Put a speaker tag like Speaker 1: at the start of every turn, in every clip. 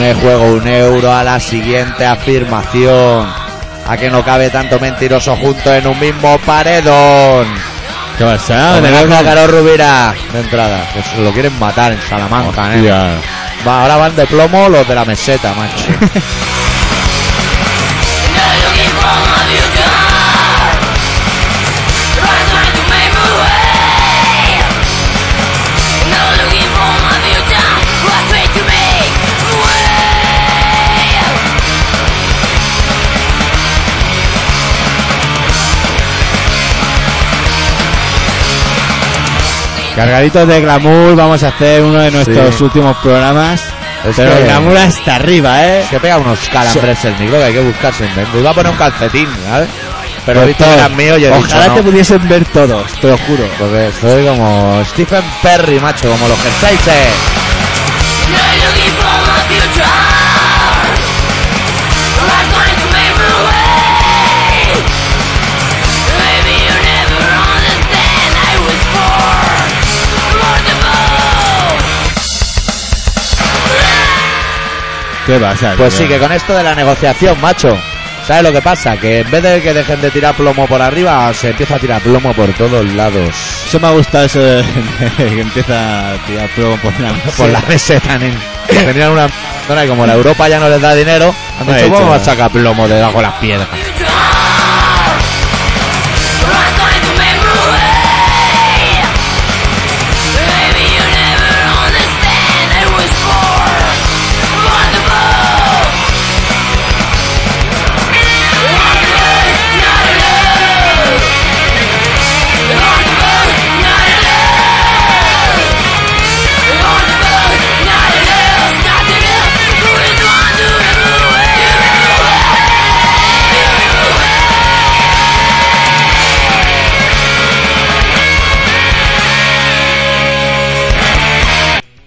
Speaker 1: Me juego un euro a la siguiente afirmación. A que no cabe tanto mentiroso juntos en un mismo paredón.
Speaker 2: ¿Qué pasa?
Speaker 1: Homenaje a Carol Rubira de entrada. Que se lo quieren matar en Salamanca, ¿eh?
Speaker 2: Hostia.
Speaker 1: Va, ahora van de plomo los de la meseta, macho.
Speaker 2: Cargaditos de glamour, vamos a hacer uno de nuestros
Speaker 1: Sí.
Speaker 2: últimos programas.
Speaker 1: Es
Speaker 2: pero
Speaker 1: que-
Speaker 2: el glamour hasta arriba, ¿eh?
Speaker 1: Es que pega unos calambres el micro que hay que buscarse en Iba a poner un calcetín, ¿sabes? Pero he
Speaker 2: Por
Speaker 1: visto que
Speaker 2: todo.
Speaker 1: eran míos y he dicho
Speaker 2: Ojalá
Speaker 1: no.
Speaker 2: te pudiesen ver todos, te lo juro.
Speaker 1: Porque soy como Stephen Perry, macho, como los jerseys.
Speaker 2: ¿Qué pasa?
Speaker 1: Pues
Speaker 2: tío?
Speaker 1: sí, que con esto de la negociación, macho. ¿Sabes lo que pasa? Que en vez de que dejen de tirar plomo por arriba, se empieza a tirar plomo por todos lados.
Speaker 2: Eso me ha gustado eso de, de que empieza a tirar plomo por la mesa.
Speaker 1: Por la meseta, nen. Tenían una zona y como la Europa ya no les da dinero, han
Speaker 2: No he
Speaker 1: dicho,
Speaker 2: hecho
Speaker 1: vamos a
Speaker 2: nada".
Speaker 1: sacar plomo debajo de las piedras.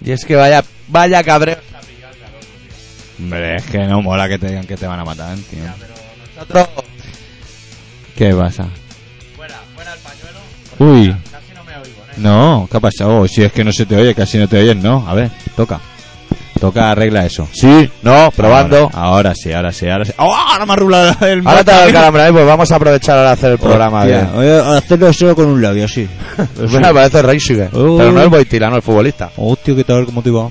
Speaker 1: Y es que vaya, vaya cabreo.
Speaker 2: Hombre, es que no mola que te digan que te van a matar, tío.
Speaker 1: Nosotros
Speaker 2: ¿Qué pasa? Uy. No, ¿qué ha pasado? Si es que no se te oye, casi no te oyes, no. A ver, toca. Toca, arregla eso.
Speaker 1: Sí, no, probando.
Speaker 2: Ahora, ahora sí, ahora sí, ahora sí. ¡Oh, ahora me ha rulado el
Speaker 1: Ahora te da el calambre ahí, pues vamos a aprovechar ahora a hacer el programa
Speaker 2: Hostia,
Speaker 1: bien.
Speaker 2: voy a hacerlo solo con un labio, sí.
Speaker 1: Bueno, parece Reisiger, pero no el Boitilano, el futbolista.
Speaker 2: Hostia, qué tal, cómo te va.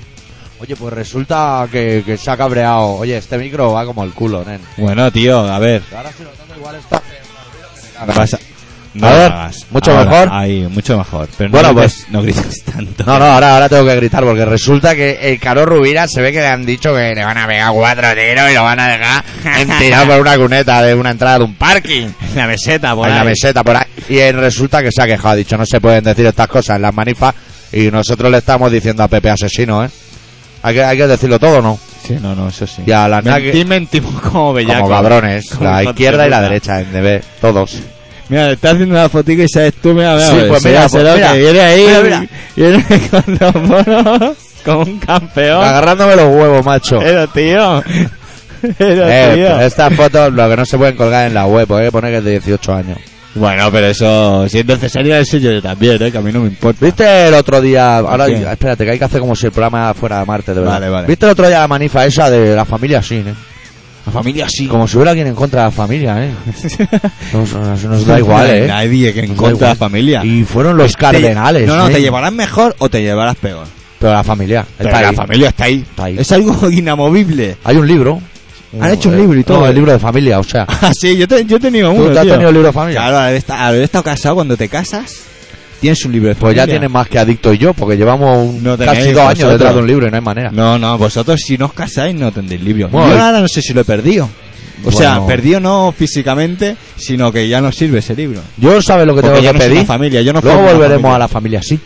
Speaker 1: Oye, pues resulta que, que se ha cabreado. Oye, este micro va como el culo, nen.
Speaker 2: Bueno, tío, a ver.
Speaker 1: Ahora si lo toco igual está...
Speaker 2: Pasa.
Speaker 1: A
Speaker 2: lo
Speaker 1: ver,
Speaker 2: hagas.
Speaker 1: mucho
Speaker 2: Ahora,
Speaker 1: mejor.
Speaker 2: Ahí, mucho mejor. Pero no,
Speaker 1: Bueno, pues,
Speaker 2: grites, no grites tanto.
Speaker 1: No, no, ahora, ahora tengo que gritar porque resulta que el Caro Rubira se ve que le han dicho que le van a pegar cuatro tiros y lo van a dejar tirado por una cuneta de una entrada de un parking.
Speaker 2: La meseta, por
Speaker 1: en la
Speaker 2: ahí.
Speaker 1: meseta por ahí. Y él resulta que se ha quejado, ha dicho, no se pueden decir estas cosas en las manifas. Y nosotros le estamos diciendo a Pepe asesino, ¿eh? Hay que, hay que decirlo todo, ¿no?
Speaker 2: Sí, no, no, eso sí.
Speaker 1: Y a la
Speaker 2: Mentí,
Speaker 1: naque-
Speaker 2: mentimos como bellacos.
Speaker 1: Como cabrones,
Speaker 2: Como
Speaker 1: la
Speaker 2: hijos
Speaker 1: izquierda
Speaker 2: de
Speaker 1: y la
Speaker 2: puta.
Speaker 1: derecha, en DB, todos.
Speaker 2: Mira, le está haciendo una fotico y sabes tú, mira, mira.
Speaker 1: Sí,
Speaker 2: pues,
Speaker 1: pues
Speaker 2: se
Speaker 1: mira,
Speaker 2: hace
Speaker 1: pues
Speaker 2: lo
Speaker 1: mira.
Speaker 2: que viene ahí.
Speaker 1: Mira, mira.
Speaker 2: Viene con los monos, como un campeón.
Speaker 1: Agarrándome los huevos, macho.
Speaker 2: Pero tío. Pero
Speaker 1: Eh,
Speaker 2: tío.
Speaker 1: estas fotos, lo que no se pueden colgar en la web, porque hay que poner que es de 18 años.
Speaker 2: Bueno, pero eso, si es necesario, eso yo también, eh, que a mí no me importa.
Speaker 1: ¿Viste el otro día? Ahora,
Speaker 2: ¿Qué?
Speaker 1: espérate, que hay que hacer como si el programa fuera de Marte, de verdad.
Speaker 2: Vale, vale.
Speaker 1: ¿Viste el otro día la manifa esa de la familia sí, eh?
Speaker 2: La familia sí.
Speaker 1: Como si hubiera alguien en contra de la familia, ¿eh? Nos, nos- nos da igual, ¿eh?
Speaker 2: Nadie que en
Speaker 1: Nos da
Speaker 2: contra de la
Speaker 1: igual.
Speaker 2: familia.
Speaker 1: Y fueron los cardenales.
Speaker 2: No, no,
Speaker 1: ¿eh?
Speaker 2: te llevarás mejor o te llevarás peor.
Speaker 1: Pero la familia.
Speaker 2: Pero
Speaker 1: está
Speaker 2: la
Speaker 1: ahí.
Speaker 2: familia está ahí.
Speaker 1: Está ahí.
Speaker 2: Es algo inamovible.
Speaker 1: Hay un libro.
Speaker 2: Han hecho un libro y todo.
Speaker 1: eh. No, el libro de familia, o sea.
Speaker 2: Ah, sí, yo, te- yo he tenido
Speaker 1: ¿Tú
Speaker 2: uno.
Speaker 1: te has
Speaker 2: tío.
Speaker 1: tenido el libro de familia?
Speaker 2: Claro, al haber, esta- al haber estado casado, cuando te casas, tienes un libro de
Speaker 1: Pues
Speaker 2: familia.
Speaker 1: ya tienes más que adicto y yo, porque llevamos un-
Speaker 2: No tenéis
Speaker 1: casi dos años
Speaker 2: vosotros.
Speaker 1: detrás de un libro y no hay manera.
Speaker 2: No, no, vosotros si no os casáis no tendréis libro.
Speaker 1: Bueno,
Speaker 2: yo
Speaker 1: el-
Speaker 2: ahora no sé si lo he perdido. O
Speaker 1: Bueno.
Speaker 2: sea, perdido no físicamente, sino que ya no sirve ese libro.
Speaker 1: Yo, ¿sabes lo que
Speaker 2: Porque
Speaker 1: tengo
Speaker 2: yo
Speaker 1: que
Speaker 2: no soy
Speaker 1: pedir?
Speaker 2: una familia, yo no
Speaker 1: Luego
Speaker 2: formo una
Speaker 1: volveremos
Speaker 2: familia.
Speaker 1: a la familia, sí.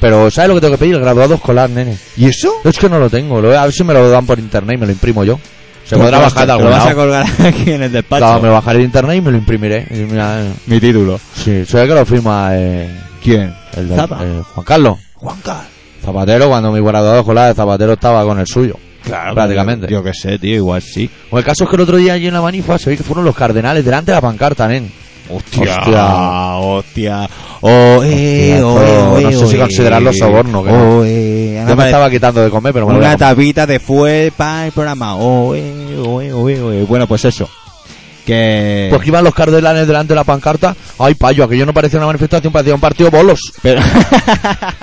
Speaker 1: Pero, ¿sabes lo que tengo que pedir? El graduado escolar, nene.
Speaker 2: ¿Y eso?
Speaker 1: Es que no lo tengo. Lo, voy a a ver si me lo dan por internet y me lo imprimo yo. Se podrá bajar de
Speaker 2: Te
Speaker 1: algún
Speaker 2: Lo vas a
Speaker 1: lado.
Speaker 2: colgar aquí en el despacho.
Speaker 1: Claro, me bajaré de internet y me lo imprimiré. Y mira, eh,
Speaker 2: Mi título.
Speaker 1: sí, soy el que lo firma eh,
Speaker 2: ¿Quién?
Speaker 1: el de-
Speaker 2: Zapa.
Speaker 1: eh, Juan Carlos.
Speaker 2: Juanca.
Speaker 1: Zapatero, cuando mi guardador escolar de Zapatero estaba con el suyo.
Speaker 2: Claro,
Speaker 1: Prácticamente.
Speaker 2: Yo, qué sé, tío, igual sí.
Speaker 1: O el caso es que el otro día allí en la manifa se ve que fueron los cardenales delante de la pancarta, nen.
Speaker 2: Hostia,
Speaker 1: Hostia.
Speaker 2: hostia. Oh, eh,
Speaker 1: Hostia,
Speaker 2: oh,
Speaker 1: esto no
Speaker 2: eh,
Speaker 1: sé
Speaker 2: oh,
Speaker 1: si
Speaker 2: eh.
Speaker 1: considerarlo soborno, que no.
Speaker 2: Oh, eh,
Speaker 1: Ya
Speaker 2: ahora
Speaker 1: me
Speaker 2: me-
Speaker 1: estaba quitando de comer, pero me lo voy
Speaker 2: Una
Speaker 1: a comer.
Speaker 2: tapita de fue para el programa. Oh, eh, oh, eh, oh, eh, oh, eh. Bueno, pues eso. Que.
Speaker 1: Pues que iban los cardelanes delante de la pancarta. Ay, payo, aquello no parecía una manifestación, parecía un partido bolos.
Speaker 2: Pero-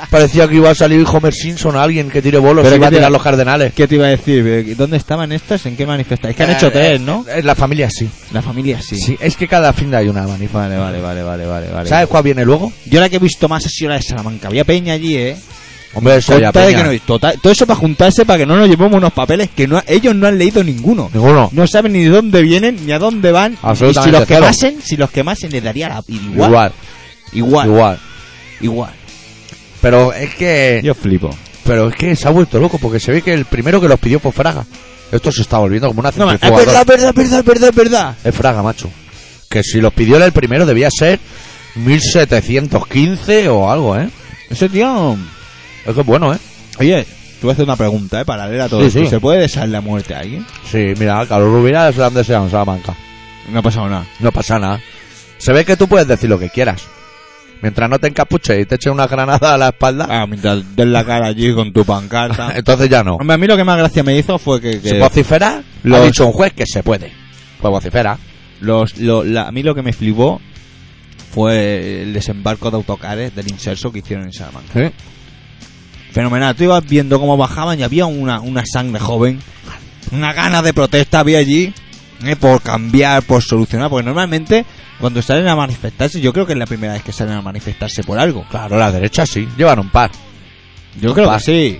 Speaker 1: Parecía que iba a salir Homer Simpson, alguien que tire bolos
Speaker 2: Pero
Speaker 1: y iba a
Speaker 2: que te-
Speaker 1: tirar los cardenales.
Speaker 2: ¿Qué te iba a decir? ¿Dónde estaban estas? ¿En qué manifestación? Es que han
Speaker 1: Eh,
Speaker 2: hecho tres,
Speaker 1: eh,
Speaker 2: ¿no?
Speaker 1: eh, La familia sí.
Speaker 2: La familia sí.
Speaker 1: Sí, es que cada fin de hay una manifa.
Speaker 2: Vale, vale, vale, vale, vale, vale.
Speaker 1: ¿Sabes cuál viene luego?
Speaker 2: Yo la que he visto más ha sido la de Salamanca. Había peña allí, ¿eh?
Speaker 1: Hombre, eso ya
Speaker 2: Conta de que
Speaker 1: peña.
Speaker 2: no- total- todo eso para juntarse para que no nos llevemos unos papeles que no, ellos no han leído ninguno.
Speaker 1: Ninguno.
Speaker 2: No saben ni de dónde vienen ni a dónde van. Y
Speaker 1: Absolutamente
Speaker 2: si los
Speaker 1: cero.
Speaker 2: quemasen, si los quemasen les daría la igual.
Speaker 1: Igual,
Speaker 2: Igual. Igual.
Speaker 1: igual. Pero es que
Speaker 2: Yo flipo.
Speaker 1: pero es que se ha vuelto loco porque se ve que el primero que los pidió fue Fraga. Esto se está volviendo como una
Speaker 2: No, es
Speaker 1: centrifugadora.
Speaker 2: verdad, verdad, verdad, verdad, verdad.
Speaker 1: Es Fraga, macho. Que si los pidió era el primero debía ser 1715 o algo, ¿eh?
Speaker 2: Ese tío.
Speaker 1: Es que es bueno, ¿eh?
Speaker 2: Oye, te voy a hacer una pregunta, ¿eh? Paralela a todo
Speaker 1: Sí,
Speaker 2: esto.
Speaker 1: sí.
Speaker 2: ¿Se puede desear la muerte a alguien?
Speaker 1: Sí, mira, Carlos Rubira es donde sea en Salamanca.
Speaker 2: No ha pasado nada.
Speaker 1: No pasa nada. Se ve que tú puedes decir lo que quieras. Mientras no te encapuches y te echen una granada a la espalda,
Speaker 2: Ah, mientras des la cara allí con tu pancarta.
Speaker 1: entonces ya no.
Speaker 2: Hombre, a mí lo que más gracia me hizo fue que, que
Speaker 1: Si vocifera, lo ha
Speaker 2: Los-
Speaker 1: dicho un juez que se puede. Pues vocifera.
Speaker 2: los, lo- la- a mí lo que me flipó fue el desembarco de autocares del inserso que hicieron en Salamanca. Fenomenal, tú ibas viendo cómo bajaban y había una, una sangre joven, una gana de protesta había allí eh, por cambiar, por solucionar, porque normalmente cuando salen a manifestarse, yo creo que es la primera vez que salen a manifestarse por algo.
Speaker 1: Claro, la derecha sí. Llevan un par.
Speaker 2: Yo creo
Speaker 1: Va.
Speaker 2: que sí.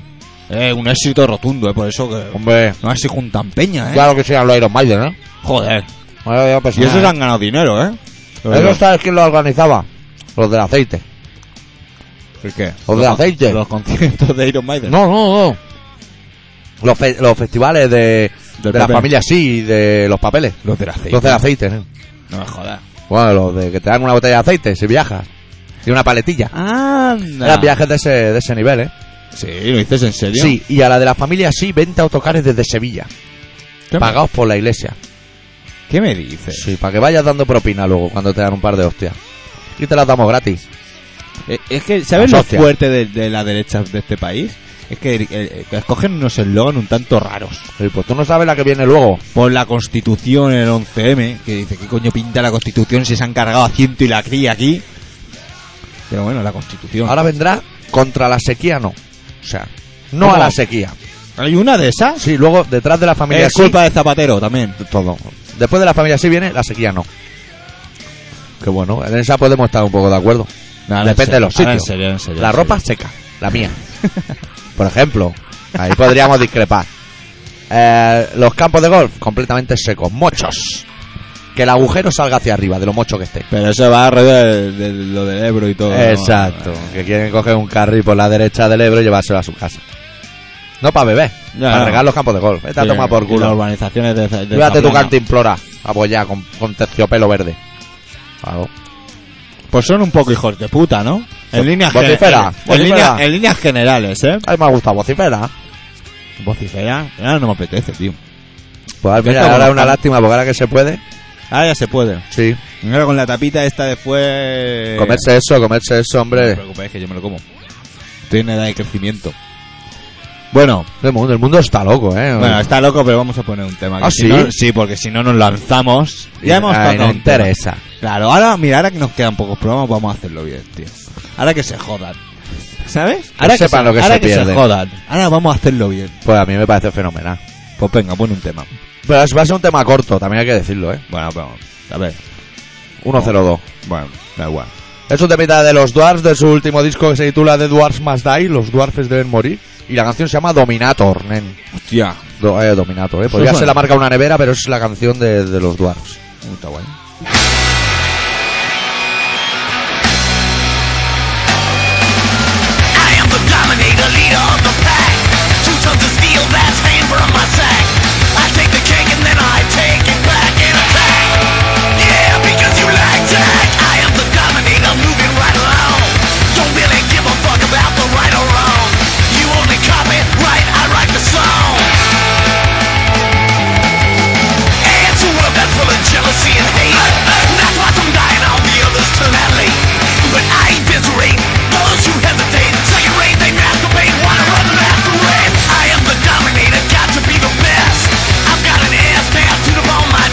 Speaker 2: Eh, un éxito rotundo, eh, por eso que
Speaker 1: Hombre,
Speaker 2: no así juntan peña, eh.
Speaker 1: claro que sí, los Iron Maiden, ¿eh?
Speaker 2: Joder.
Speaker 1: Bueno, ya pasa
Speaker 2: Y esos
Speaker 1: nada,
Speaker 2: han ganado dinero, eh.
Speaker 1: ¿eh? pues ¿Eso sabes quién lo organizaba? Los del aceite.
Speaker 2: ¿El qué?
Speaker 1: ¿Los de aceite?
Speaker 2: Los conciertos de Iron Maiden.
Speaker 1: No, no, no. Los, fe- los festivales de,
Speaker 2: Del
Speaker 1: de la
Speaker 2: papel.
Speaker 1: familia sí, y de los papeles.
Speaker 2: Los del aceite.
Speaker 1: Los del aceite, ¿eh?
Speaker 2: No me jodas.
Speaker 1: Bueno, los de que te dan una botella de aceite si viajas. Y una paletilla.
Speaker 2: Anda.
Speaker 1: Eran viajes de ese, de ese nivel, ¿eh?
Speaker 2: Sí, ¿lo dices en serio?
Speaker 1: Sí, y a la de la familia sí, 20 autocares desde Sevilla,
Speaker 2: ¿Qué, me,
Speaker 1: pagados por la iglesia.
Speaker 2: qué me dices?
Speaker 1: Sí, para que vayas dando propina luego cuando te dan un par de hostias. Y te las damos gratis.
Speaker 2: Eh, Es que, ¿sabes lo
Speaker 1: Las hostias.
Speaker 2: fuerte de, de la derecha de este país? Es que eh, eh, escogen unos eslogan un tanto raros.
Speaker 1: Y pues tú no sabes la que viene luego.
Speaker 2: Por la constitución, el 11M, que dice, ¿qué coño pinta la constitución si se han cargado a ciento y la cría aquí? Pero bueno, la constitución.
Speaker 1: Ahora vendrá contra la sequía, no. O sea, no
Speaker 2: ¿Cómo? Eh,
Speaker 1: a la sequía.
Speaker 2: ¿Hay una de esas?
Speaker 1: Sí, luego detrás de la familia
Speaker 2: es
Speaker 1: sí.
Speaker 2: culpa de Zapatero también.
Speaker 1: Todo. Después de la familia sí viene la sequía, no. Que bueno, en esa podemos estar un poco de acuerdo.
Speaker 2: Nada, en
Speaker 1: Depende de los
Speaker 2: serio, ahora en
Speaker 1: sitios.
Speaker 2: serio, en serio,
Speaker 1: La
Speaker 2: en
Speaker 1: ropa seca, la mía. Por ejemplo, ahí podríamos discrepar. Eh, los campos de golf completamente secos, mochos. Que el agujero salga hacia arriba, de lo mocho que esté.
Speaker 2: Pero eso va alrededor de, de lo del Ebro y todo. ¿no?
Speaker 1: Exacto, que quieren coger un carril por la derecha del Ebro y llevárselo a su casa. No para beber,
Speaker 2: Ya,
Speaker 1: para
Speaker 2: no.
Speaker 1: regar los campos de golf. Vete a
Speaker 2: Sí,
Speaker 1: tomar por
Speaker 2: y Las
Speaker 1: culo.
Speaker 2: urbanizaciones de, de
Speaker 1: Llévate tu
Speaker 2: Zaplana.
Speaker 1: cantimplora, apoyada con, con terciopelo verde. Claro.
Speaker 2: Pues son un poco hijos de puta, ¿no? En líneas,
Speaker 1: Vocifera,
Speaker 2: en- en,
Speaker 1: vocifera.
Speaker 2: líneas- en líneas generales, ¿eh?
Speaker 1: A mí me ha gustado vocifera.
Speaker 2: Vocifera. Ahora no me apetece, tío.
Speaker 1: Pues
Speaker 2: mira,
Speaker 1: mira, ahora
Speaker 2: como
Speaker 1: es una
Speaker 2: tan-
Speaker 1: lástima, porque ahora que se puede,
Speaker 2: Ahora Ah, ya se puede.
Speaker 1: sí.
Speaker 2: Ahora con la tapita esta de fue...
Speaker 1: Comerse eso, comerse eso,
Speaker 2: No te
Speaker 1: hombre.
Speaker 2: preocupes, que yo me lo como. Estoy en edad de crecimiento. Bueno,
Speaker 1: El mundo, el mundo está loco, eh.
Speaker 2: bueno, está loco, pero vamos a poner un tema. que
Speaker 1: ¿Ah,
Speaker 2: si
Speaker 1: sí?
Speaker 2: no- sí, porque si no nos lanzamos... Ya hemos
Speaker 1: Ay,
Speaker 2: tocado
Speaker 1: no
Speaker 2: un tema.
Speaker 1: interesa.
Speaker 2: Claro, ahora, mira, ahora que nos quedan pocos programas, vamos a hacerlo bien, tío. Ahora que se jodan. ¿Sabes? Ahora
Speaker 1: sepan lo que
Speaker 2: ahora
Speaker 1: se
Speaker 2: que se
Speaker 1: pierden.
Speaker 2: jodan. Ahora vamos a hacerlo bien.
Speaker 1: Pues a mí me parece fenomenal.
Speaker 2: Pues venga, pon un tema.
Speaker 1: Pero es- va a ser un tema corto, también hay que decirlo, eh.
Speaker 2: Bueno, vamos. A ver.
Speaker 1: 1-0-2.
Speaker 2: Bueno, da igual.
Speaker 1: Es un temita de los Dwarfs de su último disco que se titula The Dwarfs Must Die, Los Dwarfs Deben Morir. Y la canción se llama Dominator, nen.
Speaker 2: Hostia.
Speaker 1: Do- eh, Dominator, eh. Podría
Speaker 2: Eso
Speaker 1: ser
Speaker 2: suena.
Speaker 1: la marca una nevera, pero es la canción de, de los Dwarfs.
Speaker 2: Está guay.
Speaker 3: I am the dominator, leader of the pack. Two tons of steel that's hanging from my sack. I take the cake and then I take it back and attack. Yeah, because you like Jack. I am the dominator, moving right along. Don't really give a fuck about the right or wrong. You only copy, right? I write the song. And it's a world that's full of jealousy and hate. And that's why I'm dying out
Speaker 4: Ah,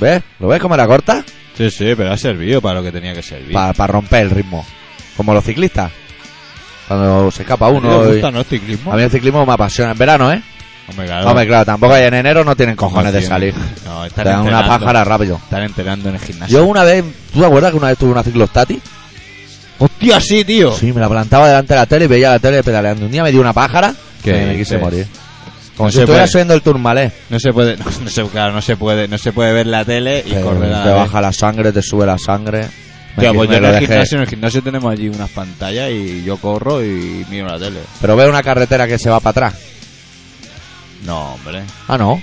Speaker 1: ¿Ves? ¿Lo ves cómo era corta?
Speaker 2: Sí, sí, pero ha servido para lo que tenía que servir.
Speaker 1: Para romper el ritmo. Como los ciclistas. Cuando se escapa
Speaker 2: ¿A ti te
Speaker 1: uno. y-
Speaker 2: gusta, ¿no? el ciclismo?
Speaker 1: A mí el ciclismo me apasiona. En verano, ¿eh?
Speaker 2: Hombre, claro.
Speaker 1: Hombre, claro, tampoco hay en enero, no tienen cojones de
Speaker 2: tienen.
Speaker 1: salir.
Speaker 2: No, están
Speaker 1: Te dan una
Speaker 2: entrenando.
Speaker 1: pájara rápido.
Speaker 2: Están entrenando en el gimnasio.
Speaker 1: Yo una vez, ¿tú te acuerdas que una vez tuve una ciclostati?
Speaker 2: ¡Hostia, sí, tío!
Speaker 1: Sí, me la plantaba delante de la tele y veía la tele pedaleando. Un día me dio una pájara que
Speaker 2: ¿Qué
Speaker 1: me
Speaker 2: dices?
Speaker 1: quise morir. Como
Speaker 2: No
Speaker 1: si
Speaker 2: se
Speaker 1: estuviera
Speaker 2: puede.
Speaker 1: subiendo el turmalé.
Speaker 2: No se puede, no, no se, claro, no se puede, no se puede ver la tele y
Speaker 1: Te,
Speaker 2: correr a
Speaker 1: te
Speaker 2: la vez.
Speaker 1: baja la sangre, te sube la sangre. Me
Speaker 2: Tío,
Speaker 1: qui-
Speaker 2: pues
Speaker 1: me
Speaker 2: yo en
Speaker 1: lo
Speaker 2: el,
Speaker 1: dejé.
Speaker 2: gimnasio, en el gimnasio tenemos allí unas pantallas y yo corro y miro la tele.
Speaker 1: Pero veo una carretera que se va para atrás.
Speaker 2: No, hombre.
Speaker 1: Ah, no.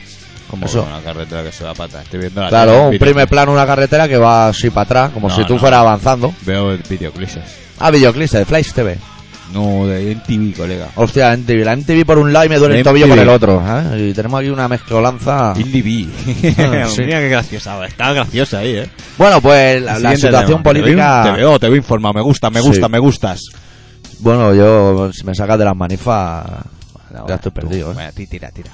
Speaker 2: Como
Speaker 1: Eso.
Speaker 2: una carretera que se va pata. Estoy viendo la tele,
Speaker 1: Claro, un
Speaker 2: video-
Speaker 1: primer plano, una carretera que va así para atrás, como
Speaker 2: No,
Speaker 1: si tú
Speaker 2: no.
Speaker 1: fueras avanzando.
Speaker 2: Veo videoclips.
Speaker 1: Ah, videoclips de Flash TV.
Speaker 2: No, de TV, colega.
Speaker 1: Hostia, la MTV. La MTV por un lado y me duele el
Speaker 2: La
Speaker 1: tobillo por
Speaker 2: MTV.
Speaker 1: el otro. ¿eh? Y tenemos aquí una mezcolanza. Ah,
Speaker 2: IndieV.
Speaker 1: sí.
Speaker 2: Mira qué graciosa. Estaba graciosa ahí, eh.
Speaker 1: Bueno, pues la, la
Speaker 2: Siguiente
Speaker 1: situación
Speaker 2: tema.
Speaker 1: política.
Speaker 2: Te veo, te veo, te veo informado. Me gusta, me
Speaker 1: Sí.
Speaker 2: gusta, me gustas.
Speaker 1: Bueno, yo, si me sacas de las manifas, ya estoy perdido. ¿eh?
Speaker 2: Bueno, ti- tira, tira.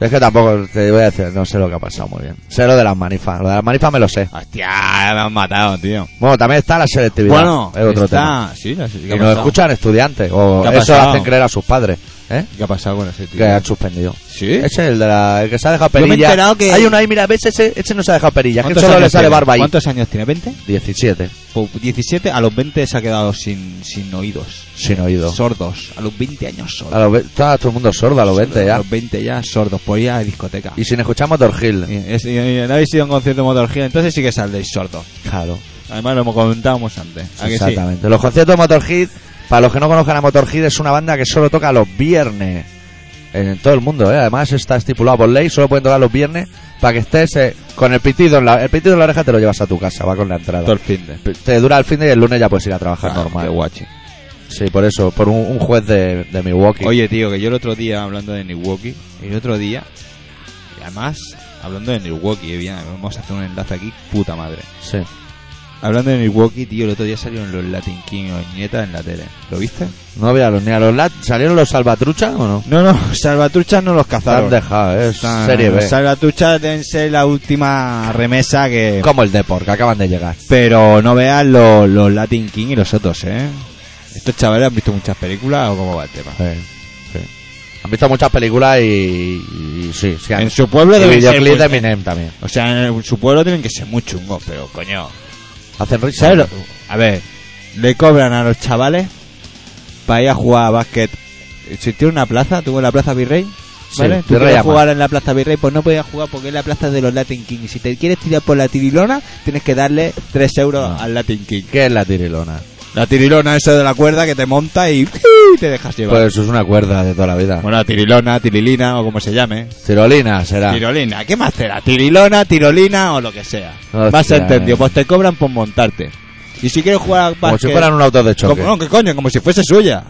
Speaker 1: Es que tampoco te voy a decir, no sé lo que ha pasado muy bien. Sé lo de las manifas, lo de las manifas me lo sé.
Speaker 2: Hostia, me han matado, tío.
Speaker 1: Bueno, también está la selectividad.
Speaker 2: Bueno,
Speaker 1: es otro
Speaker 2: está-
Speaker 1: tema.
Speaker 2: Sí, no sé, ¿qué
Speaker 1: Y
Speaker 2: ha
Speaker 1: nos
Speaker 2: pasado?
Speaker 1: escuchan estudiantes, o
Speaker 2: ¿Qué ha
Speaker 1: eso lo
Speaker 2: pasado?
Speaker 1: hacen creer a sus padres, ¿eh?
Speaker 2: ¿Qué ha pasado con ese tío?
Speaker 1: Que han suspendido.
Speaker 2: ¿Sí?
Speaker 1: Ese es el, de la, el que se ha dejado
Speaker 2: Yo me he
Speaker 1: perilla.
Speaker 2: enterado que-
Speaker 1: Hay uno ahí, mira, ves, ese, ese no se ha dejado perilla, que
Speaker 2: ¿Cuántos
Speaker 1: solo
Speaker 2: años
Speaker 1: le sale
Speaker 2: tiene?
Speaker 1: barba ahí.
Speaker 2: ¿Cuántos años tiene? ¿20?
Speaker 1: 17,
Speaker 2: Pues 17, a los 20 se ha quedado sin, sin oídos.
Speaker 1: sin oído.
Speaker 2: Sordos. A los 20 años
Speaker 1: A
Speaker 2: sordos.
Speaker 1: los ve- está todo el mundo sordo a los 20
Speaker 2: A
Speaker 1: ya.
Speaker 2: los 20 ya sordos. Por ir a la discoteca.
Speaker 1: Y sin escuchar Motor Hill.
Speaker 2: Y- es- y- y no habéis ido a un concierto de Motor Hill, entonces sí que saldréis sordos.
Speaker 1: Claro.
Speaker 2: Además lo hemos comentábamos antes. ¿A que sí?
Speaker 1: Exactamente. Los conciertos de Motorhead, para los que no conozcan a Motorhead, es una banda que solo toca los viernes. En todo el mundo, ¿eh? Además está estipulado por ley, solo pueden tocar los viernes para que estés eh, con el pitido en la, el pitido en la oreja te lo llevas a tu casa, va con la
Speaker 2: Todo
Speaker 1: entrada.
Speaker 2: el fin de.
Speaker 1: Te dura el fin de y el lunes ya puedes ir a
Speaker 2: Ah,
Speaker 1: trabajar normal.
Speaker 2: guachi.
Speaker 1: Sí, por eso, por un, un juez de, de Milwaukee.
Speaker 2: Oye, tío, que yo el otro día, hablando de Milwaukee, el otro día, y además, hablando de Milwaukee, eh, bien, vamos a hacer un enlace aquí, puta madre.
Speaker 1: Sí.
Speaker 2: Hablando de Milwaukee, tío, el otro día salieron los Latin King o Nieta en la tele. ¿Lo viste?
Speaker 1: No había los ni a los lat. ¿Salieron los salvatrucha o no?
Speaker 2: No, no, Salvatruchas no los
Speaker 1: Te han
Speaker 2: cazaron.
Speaker 1: dejado, ¿eh?
Speaker 2: Están-
Speaker 1: Serie B.
Speaker 2: Salvatruchas deben ser la última remesa que...
Speaker 1: Como el Depor, que acaban de llegar.
Speaker 2: Pero no veas los, los Latin King y los otros, ¿eh? ¿Estos chavales han visto muchas películas o cómo va el tema?
Speaker 1: Sí, sí. Han visto muchas películas y, y sí, sí. han-
Speaker 2: En su pueblo
Speaker 1: y
Speaker 2: deben ser,
Speaker 1: videoclip
Speaker 2: pues,
Speaker 1: de Eminem también.
Speaker 2: O sea, en su pueblo tienen que ser muy chungos, pero coño...
Speaker 1: Hacen risa.
Speaker 2: ¿Sabes lo- A ver, le cobran a los chavales para ir a jugar a básquet. Si tiene una plaza, tuvo la plaza Virrey,
Speaker 1: Sí,
Speaker 2: ¿vale? Tú
Speaker 1: Virrey
Speaker 2: querías
Speaker 1: Amat.
Speaker 2: jugar en la plaza Virrey, pues no podías jugar porque es la plaza de los Latin King. Y si te quieres tirar por la tirilona, tienes que darle 3 euros
Speaker 1: No.
Speaker 2: al Latin King.
Speaker 1: ¿Qué es la tirilona?
Speaker 2: La tirilona esa de la cuerda que te monta y te dejas llevar.
Speaker 1: Pues eso es una cuerda de toda la vida.
Speaker 2: bueno, tirilona, tirilina o como se llame.
Speaker 1: Tirolina será.
Speaker 2: Tirolina, ¿qué más será? Tirilona, tirolina o lo que sea.
Speaker 1: Hostia. eh.
Speaker 2: Más entendido, pues te cobran por montarte. Y si quieres jugar al
Speaker 1: Como
Speaker 2: básquet-
Speaker 1: si fueran un auto de choque.
Speaker 2: como, no, ¿qué coño? Como si fuese suya.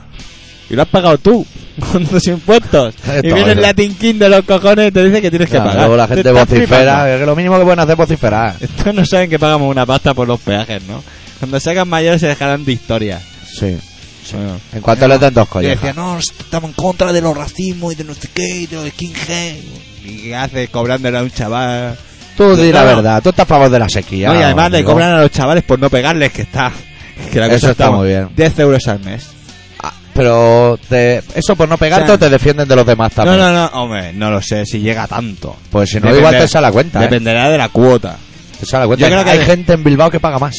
Speaker 2: Y lo has pagado tú, con tus impuestos.
Speaker 1: Esto,
Speaker 2: y viene el
Speaker 1: oye.
Speaker 2: Latin King de los cojones y te dice que tienes que
Speaker 1: Claro,
Speaker 2: pagar.
Speaker 1: luego la
Speaker 2: Te
Speaker 1: gente
Speaker 2: estás flipando.
Speaker 1: vocifera. Es que lo mínimo que pueden hacer es vociferar.
Speaker 2: Estos no saben que pagamos una pasta por los peajes, ¿no? Cuando se hagan mayores se dejarán de historia.
Speaker 1: Sí.
Speaker 2: Bueno.
Speaker 1: En cuanto les den dos
Speaker 2: Y
Speaker 1: collejas.
Speaker 2: decía, no, estamos en contra de los racismos y de no sé qué, y de los skinhead. ¿Y qué haces cobrándole a un chaval?
Speaker 1: Tú di la
Speaker 2: Claro.
Speaker 1: verdad. Tú estás a favor de la sequía.
Speaker 2: No, y además le
Speaker 1: amigo.
Speaker 2: cobran a los chavales por no pegarles, que está. Que la
Speaker 1: Eso
Speaker 2: cosa
Speaker 1: está muy bien.
Speaker 2: 10 euros al mes.
Speaker 1: Ah, Pero te- eso por no pegarte
Speaker 2: O sea,
Speaker 1: o te defienden de los demás
Speaker 2: No,
Speaker 1: también.
Speaker 2: no, no, hombre, no lo sé si llega a tanto.
Speaker 1: Pues si no,
Speaker 2: Depende-
Speaker 1: igual te sale la cuenta. ¿eh?
Speaker 2: Dependerá de la cuota.
Speaker 1: Te sale cuenta.
Speaker 2: Yo creo que
Speaker 1: hay
Speaker 2: de-
Speaker 1: gente en Bilbao que paga más.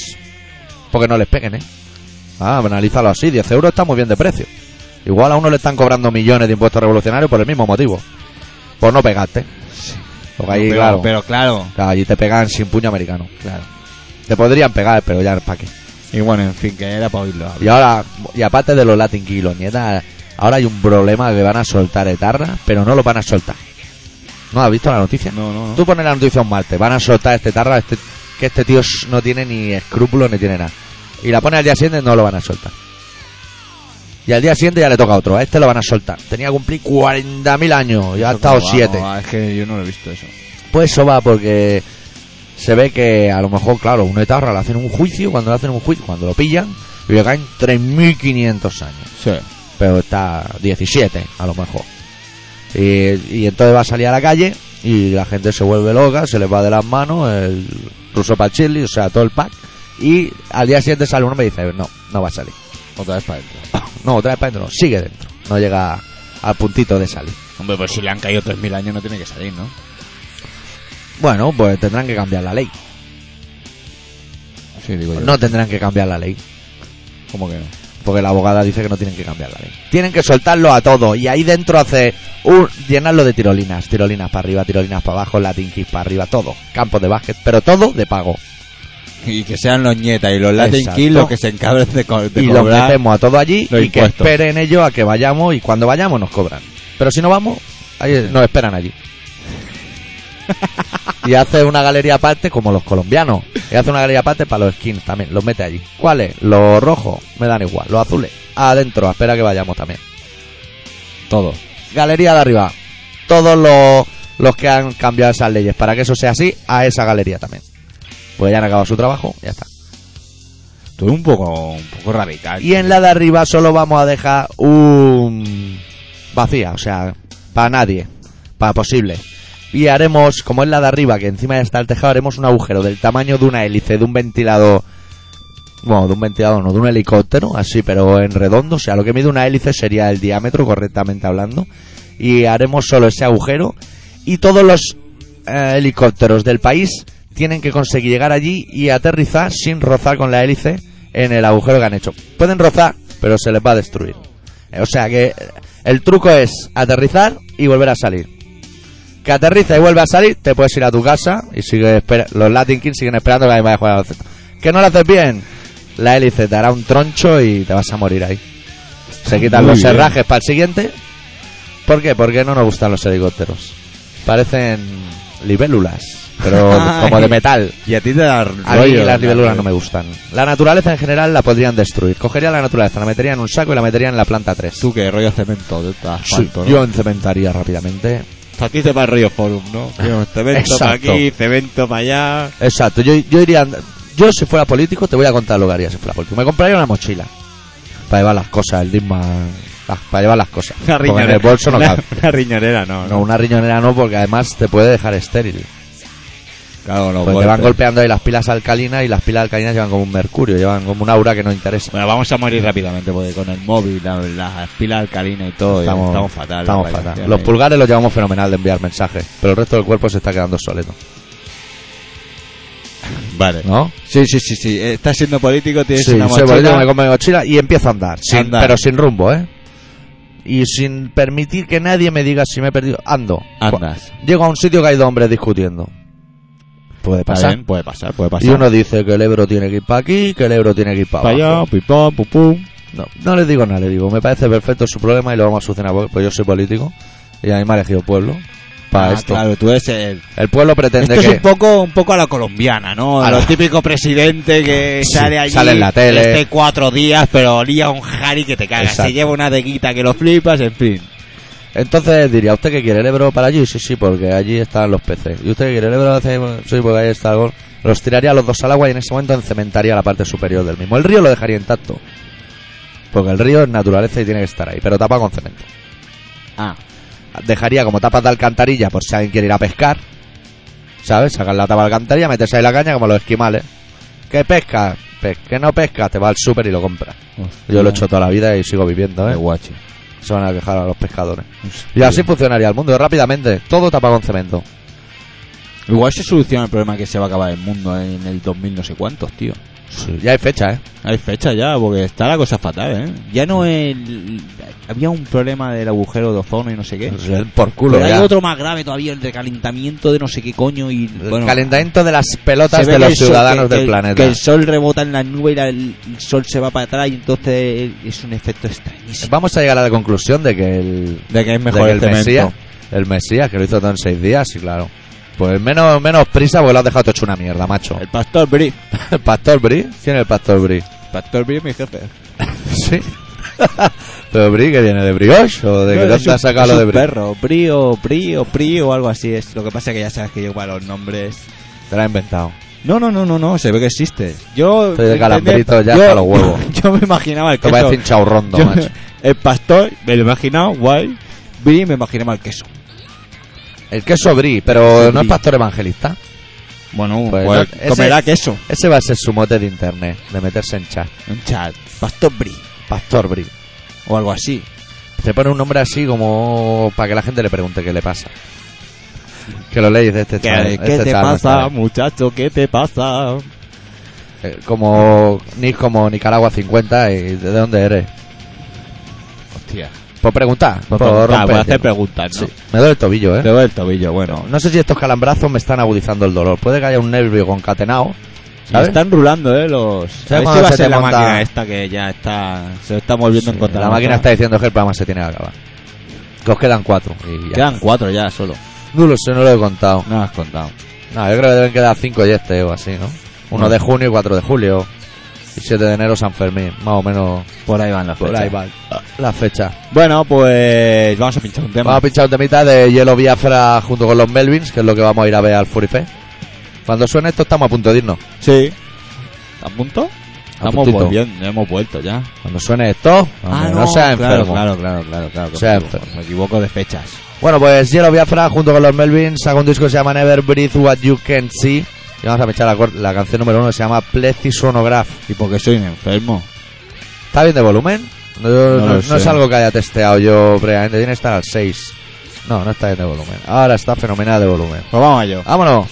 Speaker 1: Porque no les peguen, ¿eh? Ah, analízalo así. 10 euros está muy bien de precio. Igual a uno le están cobrando millones de impuestos revolucionarios por el mismo motivo. Por no pegarte. Porque ahí,
Speaker 2: pero,
Speaker 1: claro,
Speaker 2: pero claro,
Speaker 1: claro, allí te pegan sin puño americano.
Speaker 2: claro.
Speaker 1: Te podrían pegar, pero ya para qué.
Speaker 2: Y bueno, en fin, que era para oírlo.
Speaker 1: Y ahora, y aparte de los Latin Kings y los nietas, ahora hay un problema que van a soltar etarra, pero no lo van a soltar. ¿No has visto la noticia?
Speaker 2: No, no, no.
Speaker 1: Tú pones la noticia un martes, van a soltar este tarra, este, que este tío s- no tiene ni escrúpulos ni tiene nada. Y la pones al día siguiente, no lo van a soltar. Y al día siguiente ya le toca a otro, a este lo van a soltar. Tenía que cumplir 40.000 años, ya ha estado 7.
Speaker 2: ah, Es que yo no lo he visto eso.
Speaker 1: Pues eso va porque se ve que a lo mejor, claro, un etarra le hacen un juicio, cuando le hacen un juicio, cuando lo pillan, y le caen 3.500 años
Speaker 2: Sí.
Speaker 1: pero está 17 a lo mejor. Y, y entonces va a salir a la calle y la gente se vuelve loca, se les va de las manos, el ruso para Chile, o sea, todo el pack. Y al día siguiente sale uno y me dice, no, no va a salir.
Speaker 2: Otra vez para adentro.
Speaker 1: No, otra vez para adentro, no, sigue dentro. No llega al puntito de salir.
Speaker 2: Hombre, pues si le han caído 3.000 años no tiene que salir, ¿no?
Speaker 1: Bueno, pues tendrán que cambiar la ley.
Speaker 2: Sí, digo yo.
Speaker 1: No tendrán que cambiar la ley.
Speaker 2: Pues ¿Cómo que no?
Speaker 1: Porque la abogada dice que no tienen que cambiar la ley. Tienen que soltarlo a todo. Y ahí dentro hace un, llenarlo de tirolinas. Tirolinas para arriba, tirolinas para abajo, Latin Kids para arriba, todo. Campos de básquet, pero todo de pago.
Speaker 2: Y que sean los nietas y los Latin
Speaker 1: Exacto.
Speaker 2: Kids los que se encabren de, co- de
Speaker 1: y los
Speaker 2: cobrar.
Speaker 1: metemos a todo allí
Speaker 2: los
Speaker 1: y que
Speaker 2: impuestos.
Speaker 1: esperen ellos a que vayamos y cuando vayamos nos cobran. Pero si no vamos, ahí nos esperan allí. y hace una galería aparte como los colombianos. Y hace una galería aparte para los skins también. Los mete allí. ¿Cuáles? Los rojos me dan igual. Los azules. Adentro, a espera que vayamos también.
Speaker 2: Todo.
Speaker 1: Galería de arriba. Todos los, los que han cambiado esas leyes. Para que eso sea así, a esa galería también. Pues ya han acabado su trabajo, ya está.
Speaker 2: Tú eres un poco, un poco radical.
Speaker 1: Y en la de arriba solo vamos a dejar un vacía, o sea, para nadie, para posible. Y haremos, como es la de arriba, que encima ya está el tejado, haremos un agujero del tamaño de una hélice, de un ventilador. Bueno, de un ventilador, no, de un helicóptero, así, pero en redondo. O sea, lo que mide una hélice sería el diámetro, correctamente hablando. Y haremos solo ese agujero. Y todos los eh, helicópteros del país tienen que conseguir llegar allí y aterrizar sin rozar con la hélice en el agujero que han hecho. Pueden rozar, pero se les va a destruir. Eh, O sea que eh, el truco es aterrizar y volver a salir. Que aterriza y vuelve a salir, te puedes ir a tu casa y sigue espera- los Latin Kings siguen esperando que alguien vaya a jugar al baloncesto. Que no lo haces bien, la hélice te hará un troncho y te vas a morir ahí. Se quitan
Speaker 2: Muy
Speaker 1: los
Speaker 2: bien.
Speaker 1: herrajes para el siguiente. ¿Por qué? Porque no nos gustan los helicópteros. Parecen libélulas, pero como de metal.
Speaker 2: Y a ti te da rollo.
Speaker 1: A mí las libélulas no me gustan. La naturaleza en general la podrían destruir. Cogería la naturaleza, la metería en un saco y la metería en la planta 3.
Speaker 2: Tú que rollo cemento, de todo asfalto, ¿no?
Speaker 1: yo encementaría rápidamente.
Speaker 2: A ti te va el rollo forum, ¿no? Yo, cemento para
Speaker 1: Ah, Exacto.
Speaker 2: aquí, cemento para allá.
Speaker 1: Exacto, yo, yo iría... and- Yo si fuera político, te voy a contar lo que haría si fuera político. Me compraría una mochila. Para llevar las cosas, el Disman... las- Para llevar las cosas.
Speaker 2: Una
Speaker 1: Porque en
Speaker 2: riñonera.
Speaker 1: el bolso no
Speaker 2: Una-
Speaker 1: cabe.
Speaker 2: una riñonera, no.
Speaker 1: No, una riñonera no, porque además te puede dejar estéril.
Speaker 2: Claro, no.
Speaker 1: Porque te van
Speaker 2: golpes.
Speaker 1: golpeando ahí las pilas alcalinas y las pilas alcalinas llevan como un mercurio, llevan como un aura que no interesa.
Speaker 2: Bueno, vamos a morir rápidamente porque con el móvil, la- las pilas alcalinas y todo, estamos, estamos fatal.
Speaker 1: estamos
Speaker 2: la
Speaker 1: fatal.
Speaker 2: relación
Speaker 1: Los
Speaker 2: ahí.
Speaker 1: pulgares los llevamos fenomenal de enviar mensajes, pero el resto del cuerpo se está quedando obsoleto,
Speaker 2: Vale.
Speaker 1: ¿no?
Speaker 2: Sí, sí, sí, sí. Eh, Estás siendo político, tienes
Speaker 1: Sí,
Speaker 2: una
Speaker 1: soy
Speaker 2: mochila.
Speaker 1: político, me como mi mochila y empiezo a andar, sin-
Speaker 2: Andar.
Speaker 1: pero sin rumbo, ¿eh? Y sin permitir que nadie me diga si me he perdido. Ando.
Speaker 2: Andas.
Speaker 1: Cu- Llego a un sitio que hay dos hombres discutiendo. Puede
Speaker 2: Está
Speaker 1: pasar.
Speaker 2: bien, Puede pasar, puede pasar.
Speaker 1: Y uno dice que el Ebro tiene que ir para aquí, que el Ebro tiene que ir para
Speaker 2: para allá, pim, pam, pum, pum.
Speaker 1: No, no le digo nada, le digo, me parece perfecto su problema y lo vamos a solucionar, porque pues yo soy político y a mí me ha elegido pueblo para
Speaker 2: Ah,
Speaker 1: esto.
Speaker 2: Claro, tú eres el.
Speaker 1: El pueblo
Speaker 2: Esto
Speaker 1: pretende
Speaker 2: es un
Speaker 1: que...
Speaker 2: poco, un poco a la colombiana, ¿no? A
Speaker 1: A
Speaker 2: lo
Speaker 1: la-
Speaker 2: típico presidente que
Speaker 1: Sí,
Speaker 2: sale allí.
Speaker 1: sale en la tele.
Speaker 2: esté cuatro días, pero lía un jari que te cagas.
Speaker 1: Exacto.
Speaker 2: Se lleva una deguita que lo flipas, en fin.
Speaker 1: Entonces diría, ¿usted qué quiere? ¿El Ebro para allí? Sí, sí, porque allí están los peces. ¿Y usted qué quiere? ¿El Ebro hacia allí? Sí, porque ahí está el gol. Los tiraría a los dos al agua y en ese momento encementaría la parte superior del mismo. El río lo dejaría intacto. Porque el río es naturaleza y tiene que estar ahí, pero tapa con cemento.
Speaker 2: Ah,
Speaker 1: dejaría como tapas de alcantarilla por si alguien quiere ir a pescar. ¿Sabes? Sacar la tapa de alcantarilla, meterse ahí la caña como los esquimales. ¿Qué pesca? Pes- ¿Qué no pesca? Te va al súper y lo compras. Yo lo he hecho toda la vida y sigo viviendo,
Speaker 2: de
Speaker 1: ¿eh?
Speaker 2: guachi.
Speaker 1: Se van a quejar a los pescadores. Y así funcionaría el mundo rápidamente. Todo tapa con cemento.
Speaker 2: Igual se soluciona el problema que se va a acabar el mundo en el 2000 no sé cuántos, tío.
Speaker 1: Ya hay fecha, ¿eh?
Speaker 2: Hay fecha ya, porque está la cosa fatal, ¿eh? Ya no el... Había un problema del agujero de ozono y no sé qué.
Speaker 1: Por culo,
Speaker 2: Pero hay
Speaker 1: ya.
Speaker 2: otro más grave todavía, el recalentamiento de no sé qué coño y...
Speaker 1: El
Speaker 2: bueno,
Speaker 1: calentamiento de las
Speaker 2: se
Speaker 1: pelotas
Speaker 2: ve
Speaker 1: de
Speaker 2: que
Speaker 1: los
Speaker 2: el sol-
Speaker 1: ciudadanos
Speaker 2: que-
Speaker 1: del
Speaker 2: que-
Speaker 1: planeta.
Speaker 2: Que el sol rebota en las nubes y la- el el sol se va para atrás y entonces es un efecto extrañísimo.
Speaker 1: Vamos a llegar a la conclusión de que el,
Speaker 2: De que es
Speaker 1: de que el Mesías, el Mesías, que lo hizo todo en seis días, sí, claro. Pues menos, menos prisa porque lo has dejado todo hecho una mierda, macho.
Speaker 2: El pastor Bri.
Speaker 1: El pastor Bri, ¿quién es el pastor Bri?
Speaker 2: Pastor Bri es mi jefe.
Speaker 1: Sí. Pero Bri, que viene de brioche o de que
Speaker 2: No, es
Speaker 1: dónde
Speaker 2: un-
Speaker 1: has sacado
Speaker 2: es
Speaker 1: lo de
Speaker 2: un
Speaker 1: Bri.
Speaker 2: perro, Bri o Bri o Pri o algo así es. Lo que pasa es que ya sabes que yo para los nombres...
Speaker 1: Te lo has inventado.
Speaker 2: No, no, no, no, no, se ve que existe. Yo.
Speaker 1: Estoy de
Speaker 2: entendí-
Speaker 1: calambrito ya hasta los huevos.
Speaker 2: Yo me imaginaba el
Speaker 1: Te
Speaker 2: queso.
Speaker 1: voy a decir chaurrondo,
Speaker 2: Yo-
Speaker 1: macho.
Speaker 2: El pastor, me lo imaginaba, guay. Vi, me imaginaba el queso.
Speaker 1: El queso brie, pero
Speaker 2: Queso
Speaker 1: no es
Speaker 2: brie.
Speaker 1: pastor evangelista.
Speaker 2: Bueno,
Speaker 1: Pues
Speaker 2: pues,
Speaker 1: no, ese-
Speaker 2: comerá queso.
Speaker 1: Ese va a ser su mote de internet, de meterse en chat.
Speaker 2: Un chat. Pastor brie.
Speaker 1: Pastor brie.
Speaker 2: O algo así.
Speaker 1: Se pone un nombre así como para que la gente le pregunte qué le pasa. Que lo lees de este
Speaker 2: ¿Qué,
Speaker 1: chaval,
Speaker 2: qué
Speaker 1: este
Speaker 2: te
Speaker 1: chaval no
Speaker 2: pasa,
Speaker 1: está bien.
Speaker 2: muchacho? ¿Qué te pasa?
Speaker 1: Eh, Como, ni- como Nicaragua 50 y de dónde eres.
Speaker 2: Hostia.
Speaker 1: Por preguntar, por,
Speaker 2: Pues preguntar,
Speaker 1: romper
Speaker 2: voy a
Speaker 1: el
Speaker 2: hacer
Speaker 1: hielo.
Speaker 2: preguntas, ¿no?
Speaker 1: Sí. Me duele el tobillo, ¿eh?
Speaker 2: Te doy el tobillo, bueno.
Speaker 1: No sé si estos calambrazos me están agudizando el dolor. Puede que haya un nervio concatenado.
Speaker 2: Me
Speaker 1: ¿Sabes?
Speaker 2: están rulando, eh, los... A ver
Speaker 1: cuando
Speaker 2: si va a
Speaker 1: se
Speaker 2: ser
Speaker 1: te
Speaker 2: la
Speaker 1: monta-
Speaker 2: máquina esta que ya está... Se está volviendo en
Speaker 1: Sí,
Speaker 2: contra.
Speaker 1: la máquina está diciendo que el programa se tiene que acabar. Que os quedan cuatro. Y ya.
Speaker 2: Quedan cuatro ya solo.
Speaker 1: No lo sé, no lo he contado.
Speaker 2: No has contado.
Speaker 1: No, yo creo que deben quedar cinco y este o así, ¿no? Uno
Speaker 2: Mm.
Speaker 1: de junio y cuatro de julio. Y 7 de enero San Fermín. Más o menos
Speaker 2: Por ahí van las
Speaker 1: por
Speaker 2: fechas.
Speaker 1: ahí va la fecha.
Speaker 2: Bueno, pues... Vamos a pinchar un tema.
Speaker 1: Vamos a pinchar un temita de Hielo Biafra junto con los Melvins, que es lo que vamos a ir a ver al Fury Fest. Cuando suene esto estamos a punto de irnos.
Speaker 2: Sí. ¿A punto? Estamos
Speaker 1: puntito.
Speaker 2: volviendo, hemos vuelto ya.
Speaker 1: Cuando suene esto,
Speaker 2: Ah,
Speaker 1: hombre, no, sea
Speaker 2: claro,
Speaker 1: enfermo.
Speaker 2: Claro, claro, claro, claro. que
Speaker 1: Sea
Speaker 2: me, equivoco,
Speaker 1: enfermo.
Speaker 2: me equivoco de fechas.
Speaker 1: Bueno, pues Hielo Biafra junto con los Melvins saca un disco que se llama Never Breathe What You Can See. Y vamos a pinchar la, cor- la canción número uno que se llama Plecisonograph.
Speaker 2: ¿Y porque soy un enfermo?
Speaker 1: ¿Está bien de volumen? No, no-
Speaker 2: lo
Speaker 1: no
Speaker 2: sé.
Speaker 1: es algo que haya testeado yo previamente. Tiene que estar al 6. No, no está bien de volumen. Ahora está fenomenal de volumen.
Speaker 2: Pues vamos allá.
Speaker 1: ¡Vámonos!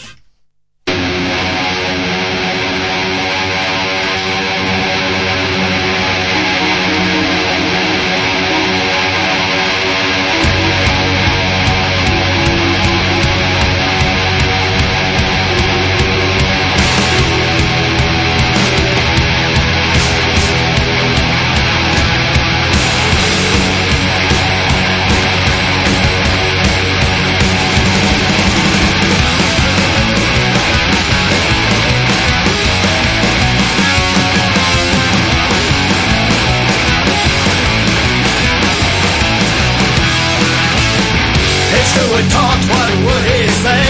Speaker 4: It's who would talk, what would he say?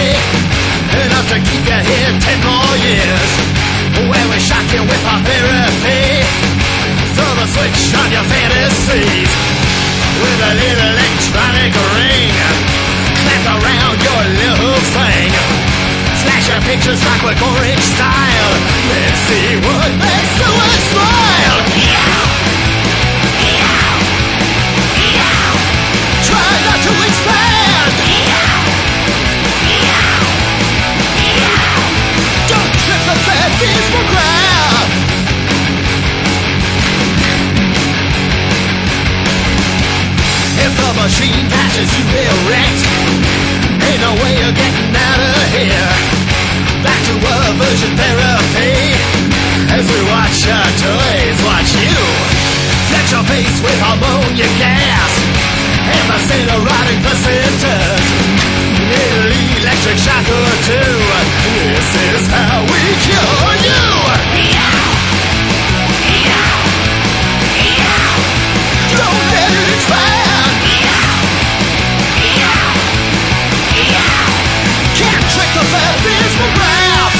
Speaker 4: Enough to keep you here ten more years. Where we shock you with our therapy. Throw the switch on your fantasies. With a little electronic ring. Clap around your little thing. Flash your pictures clockwork orange style. Let's see what makes the world smile. Try not to expand. Don't trip the fancies for grab. If the machine catches you erect, ain't no way you're getting out of here. Back to aversion therapy. As we watch our toys watch you. Flex your face with ammonia gas. And the sclerotic placentas. Little electric shock or two. This is how we cure you. Don't let it expand. Can't trick the fabulous morale.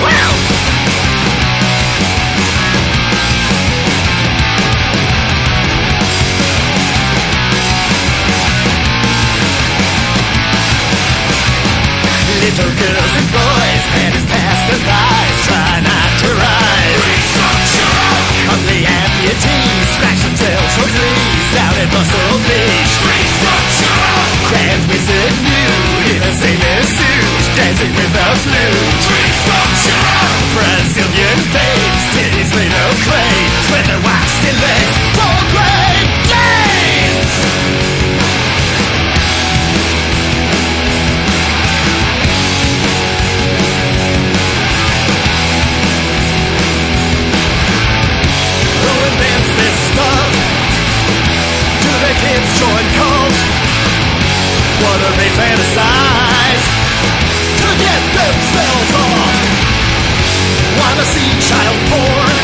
Speaker 4: Wow! Little girls and boys, pennies pass the thighs, try not to rise. Ugly amputees scratch themselves for glees out at muscle beach. Crabs wizard nude in a sailor suit, dancing with a flute. Brazilian babes, titties made of clay, sweater waxy legs, full grade games. Who invents this stuff? Do the kids join cults? What do they fantasize to get themselves off? Wanna see child porn?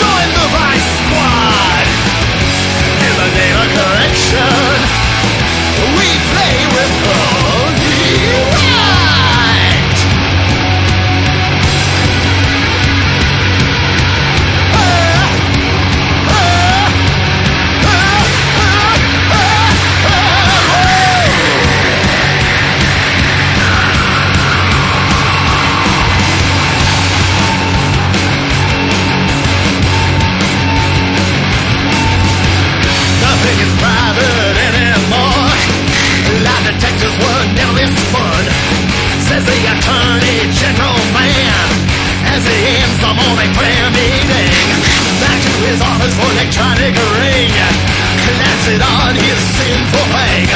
Speaker 4: Join the Vice Squad! In the name of correction, we play with only right! his office for electronic ring. Clamps it on his sinful peg.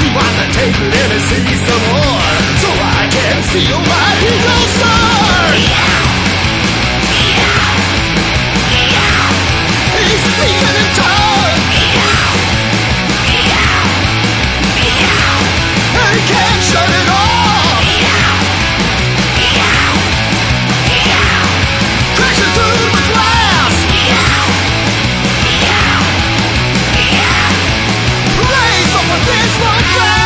Speaker 4: Rewind the tape, let me see some more. So I can feel my ego soar. He's speaking in tongues. And he can't shut it off. Crashing through the glass. Raise up with this one back.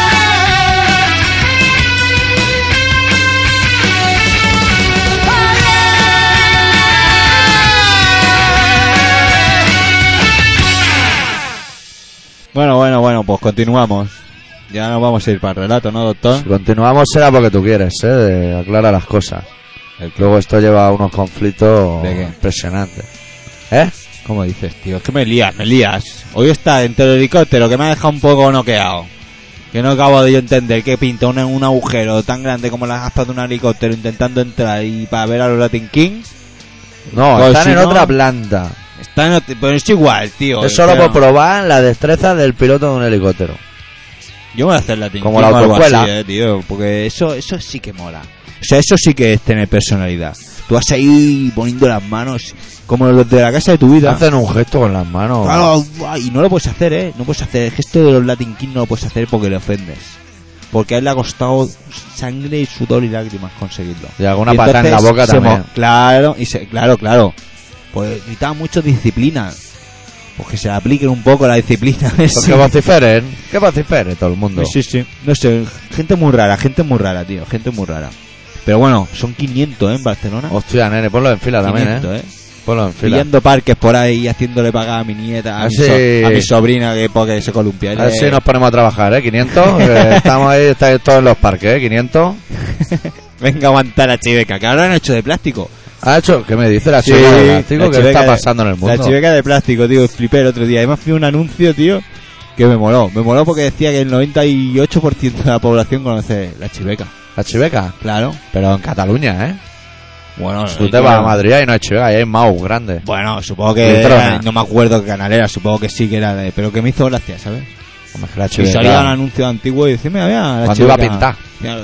Speaker 2: Bueno, bueno, bueno, pues continuamos. Ya nos vamos a ir para el relato, ¿no, doctor?
Speaker 1: Si continuamos será porque tú quieres, ¿eh? De- aclara las cosas. Luego esto lleva a unos conflictos
Speaker 2: ¿De qué?
Speaker 1: impresionantes. ¿Eh?
Speaker 2: ¿Cómo dices, tío? Es que me lías, me lías. Hoy está en el helicóptero que me ha dejado un poco noqueado. Que no acabo de yo entender que pinta un, un agujero tan grande como las aspas de un helicóptero intentando entrar y para ver a los Latin Kings.
Speaker 1: No,
Speaker 2: Pues
Speaker 1: están
Speaker 2: si
Speaker 1: en
Speaker 2: no-
Speaker 1: otra planta.
Speaker 2: Está en ot- pero es igual, tío.
Speaker 1: es solo
Speaker 2: Pero
Speaker 1: por probar la destreza del piloto de un helicóptero.
Speaker 2: Yo me voy a hacer Latin
Speaker 1: Como
Speaker 2: King
Speaker 1: la
Speaker 2: o algo
Speaker 1: autoescuela.
Speaker 2: así, eh, tío. Porque eso, eso sí que mola. O sea, eso sí que es tener personalidad. Tú vas ahí poniendo las manos como los de la casa de tu vida.
Speaker 1: Hacen un gesto con las manos.
Speaker 2: Claro, guay, y no lo puedes hacer, ¿eh? No puedes hacer el gesto de los Latin Kings, no lo puedes hacer porque le ofendes. Porque a él le ha costado sangre y sudor y lágrimas conseguirlo.
Speaker 1: Y alguna
Speaker 2: Y
Speaker 1: patada en la
Speaker 2: entonces
Speaker 1: boca
Speaker 2: se
Speaker 1: también.
Speaker 2: mo- Claro, y se- claro, claro. Pues gritaba mucho disciplina. Pues que se le apliquen un poco la disciplina.
Speaker 1: Pues
Speaker 2: ese.
Speaker 1: que vociferen. Que vocifere todo el mundo.
Speaker 2: Sí, sí. No sé, gente muy rara, gente muy rara, tío, gente muy rara. Pero bueno, son 500, ¿eh? En Barcelona.
Speaker 1: Hostia, nene, ponlo en fila también, ¿eh?
Speaker 2: 500, ¿eh?
Speaker 1: Ponlo en fila.
Speaker 2: pillando parques por ahí haciéndole pagar a mi nieta, a,
Speaker 1: Ah,
Speaker 2: mi,
Speaker 1: sí.
Speaker 2: so- a mi sobrina que porque se columpia.
Speaker 1: A ver
Speaker 2: Eh,
Speaker 1: si nos ponemos a trabajar, ¿eh? 500. eh, estamos ahí, estáis todos en los parques, ¿eh? 500.
Speaker 2: Venga, aguantar la chiveca, que ahora han hecho de plástico.
Speaker 1: ¿Ha hecho? ¿Qué me dice la
Speaker 2: Sí,
Speaker 1: chica de
Speaker 2: la
Speaker 1: plástico? ¿Qué
Speaker 2: chiveca
Speaker 1: está
Speaker 2: de-
Speaker 1: pasando en el mundo?
Speaker 2: La chiveca de plástico, tío, flipé el otro día. Además fui a un anuncio, tío, que me moló. Me moló porque decía que el 98% de la población conoce la chiveca.
Speaker 1: La chiveca.
Speaker 2: Claro.
Speaker 1: Pero en Cataluña, ¿eh?
Speaker 2: Bueno,
Speaker 1: Tú te vas a Madrid y no hay chiveca, ahí hay maus grandes.
Speaker 2: Bueno, supongo que...
Speaker 1: Litrona.
Speaker 2: era- no me acuerdo qué canal era, supongo que sí que era de... Pero que me hizo gracia, ¿sabes?
Speaker 1: Como es que la
Speaker 2: Y
Speaker 1: chiveca.
Speaker 2: salía un anuncio antiguo y decía, mira, mira, la
Speaker 1: Cuando iba a
Speaker 2: chiveca".
Speaker 1: pintar.
Speaker 2: Mira,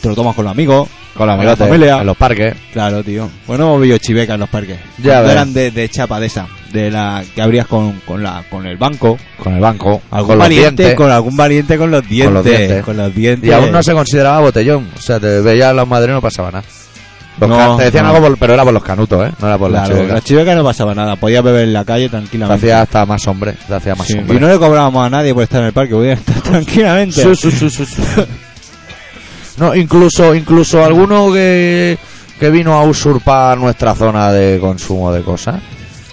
Speaker 2: Te lo tomas con los amigos.
Speaker 1: Con los
Speaker 2: Con la
Speaker 1: amigos
Speaker 2: familia.
Speaker 1: en los parques.
Speaker 2: Claro, tío. Bueno, hemos visto chivecas en los parques.
Speaker 1: Ya
Speaker 2: Cuando
Speaker 1: ves.
Speaker 2: eran de, de chapa de esa, de la que abrías con, con la con el banco.
Speaker 1: Con el banco.
Speaker 2: Algún
Speaker 1: Con los
Speaker 2: valiente,
Speaker 1: dientes.
Speaker 2: con algún valiente con los dientes,
Speaker 1: Con los dientes.
Speaker 2: con los dientes.
Speaker 1: Y aún no se consideraba botellón. O sea, te veía a los madrinos no pasaba nada. Los
Speaker 2: No,
Speaker 1: can- te decían
Speaker 2: no.
Speaker 1: algo, por- pero era por los canutos, ¿eh? No era por
Speaker 2: Claro,
Speaker 1: la chiveca.
Speaker 2: la chiveca no pasaba nada, podías beber en la calle
Speaker 1: Te
Speaker 2: tranquilamente.
Speaker 1: hacía hasta más hombre. Te hacía más
Speaker 2: Sí,
Speaker 1: hombre.
Speaker 2: Y no le cobrábamos a nadie por estar en el parque, podías estar tranquilamente.
Speaker 1: Sí, sí, sí, sí, sí. No, incluso, incluso alguno que, que vino a usurpar nuestra zona de consumo de cosas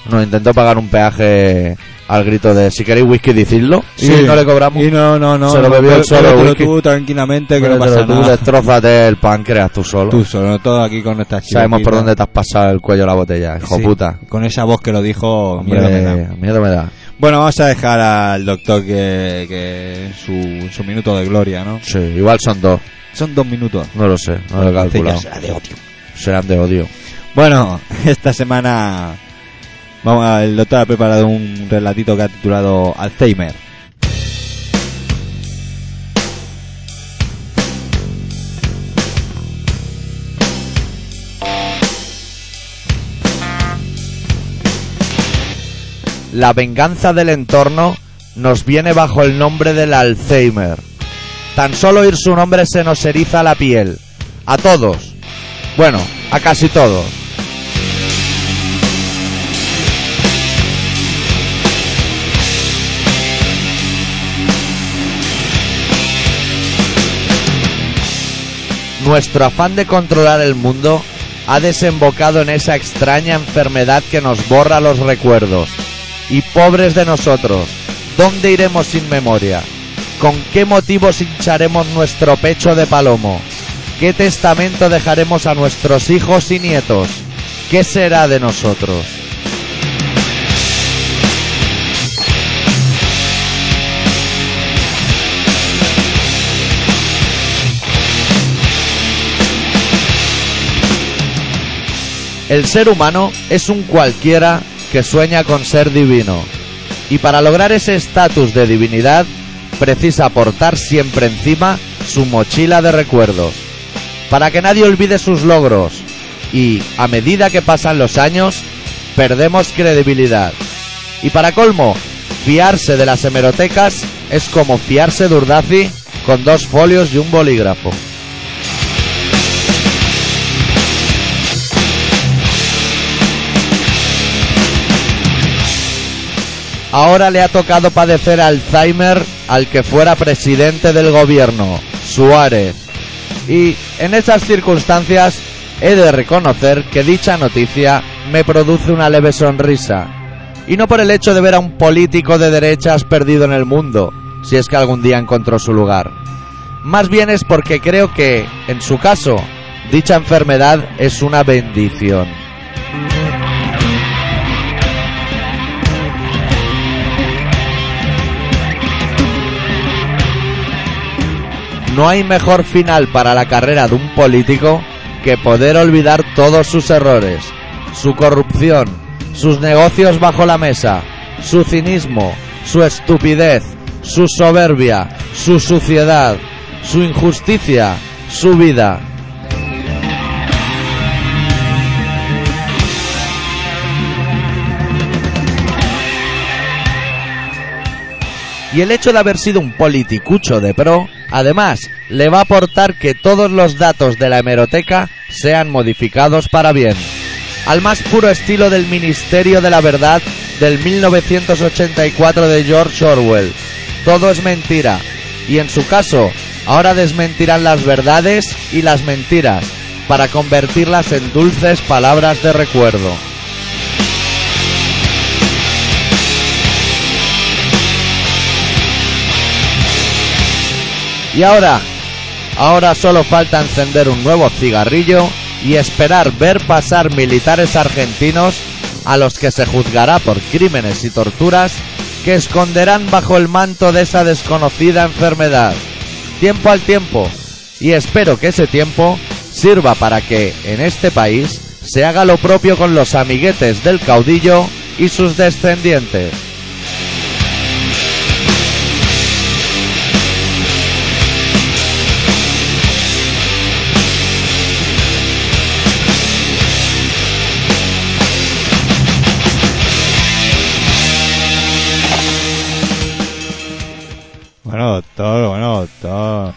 Speaker 1: nos intentó pagar un peaje al grito de si queréis whisky decidlo
Speaker 2: Sí.
Speaker 1: y no le cobramos
Speaker 2: Y no, no, no.
Speaker 1: Se lo
Speaker 2: no,
Speaker 1: bebió
Speaker 2: pero-
Speaker 1: él solo,
Speaker 2: pero te lo
Speaker 1: whisky.
Speaker 2: tú tranquilamente, que
Speaker 1: Pero
Speaker 2: no pasa
Speaker 1: tú
Speaker 2: nada.
Speaker 1: destrózate el páncreas tú solo
Speaker 2: Tú solo, todo aquí con nuestras chivas.
Speaker 1: sabemos por dónde te has pasado el cuello la botella hijo puta
Speaker 2: Con esa voz que lo dijo,
Speaker 1: Hombre,
Speaker 2: mierda me da.
Speaker 1: miedo me da
Speaker 2: Bueno, vamos a dejar al doctor que, que en su, en su minuto de gloria, ¿no?
Speaker 1: sí igual son dos
Speaker 2: Son dos minutos.
Speaker 1: no lo sé no lo he
Speaker 2: Entonces ya
Speaker 1: calculado
Speaker 2: será de odio.
Speaker 1: serán de odio
Speaker 2: Bueno, esta semana vamos a- el doctor ha preparado un relatito que ha titulado Alzheimer.
Speaker 1: La venganza del entorno nos viene bajo el nombre del Alzheimer. Tan solo oír su nombre se nos eriza la piel. A todos. Bueno, a casi todos. Nuestro afán de controlar el mundo ha desembocado en esa extraña enfermedad que nos borra los recuerdos. Y pobres de nosotros, ¿dónde iremos sin memoria? ¿Con qué motivos hincharemos nuestro pecho de palomo? ¿Qué testamento dejaremos a nuestros hijos y nietos? ¿Qué será de nosotros? El ser humano es un cualquiera que sueña con ser divino. Y para lograr ese estatus de divinidad, precisa portar siempre encima su mochila de recuerdos. Para que nadie olvide sus logros. Y, a medida que pasan los años, perdemos credibilidad. Y para colmo, fiarse de las hemerotecas es como fiarse de Urdazi con dos folios y un bolígrafo. Ahora le ha tocado padecer Alzheimer al que fuera presidente del gobierno, Suárez. Y en esas circunstancias he de reconocer que dicha noticia me produce una leve sonrisa. Y no por el hecho de ver a un político de derechas perdido en el mundo, si es que algún día encontró su lugar. Más bien es porque creo que, en su caso, dicha enfermedad es una bendición. No hay mejor final para la carrera de un político que poder olvidar todos sus errores, su corrupción, sus negocios bajo la mesa, su cinismo, su estupidez, su soberbia, su suciedad, su injusticia, su vida. Y el hecho de haber sido un politicucho de pro, además, le va a aportar que todos los datos de la hemeroteca sean modificados para bien. Al más puro estilo del Ministerio de la Verdad del 1984 de George Orwell. Todo es mentira. Y en su caso, ahora desmentirán las verdades y las mentiras para convertirlas en dulces palabras de recuerdo. Y ahora, ahora solo falta encender un nuevo cigarrillo y esperar ver pasar militares argentinos a los que se juzgará por crímenes y torturas que esconderán bajo el manto de esa desconocida enfermedad. Tiempo al tiempo. Y espero que ese tiempo sirva para que, en este país, se haga lo propio con los amiguetes del caudillo y sus descendientes.
Speaker 2: Bueno, doctor, bueno, doctor.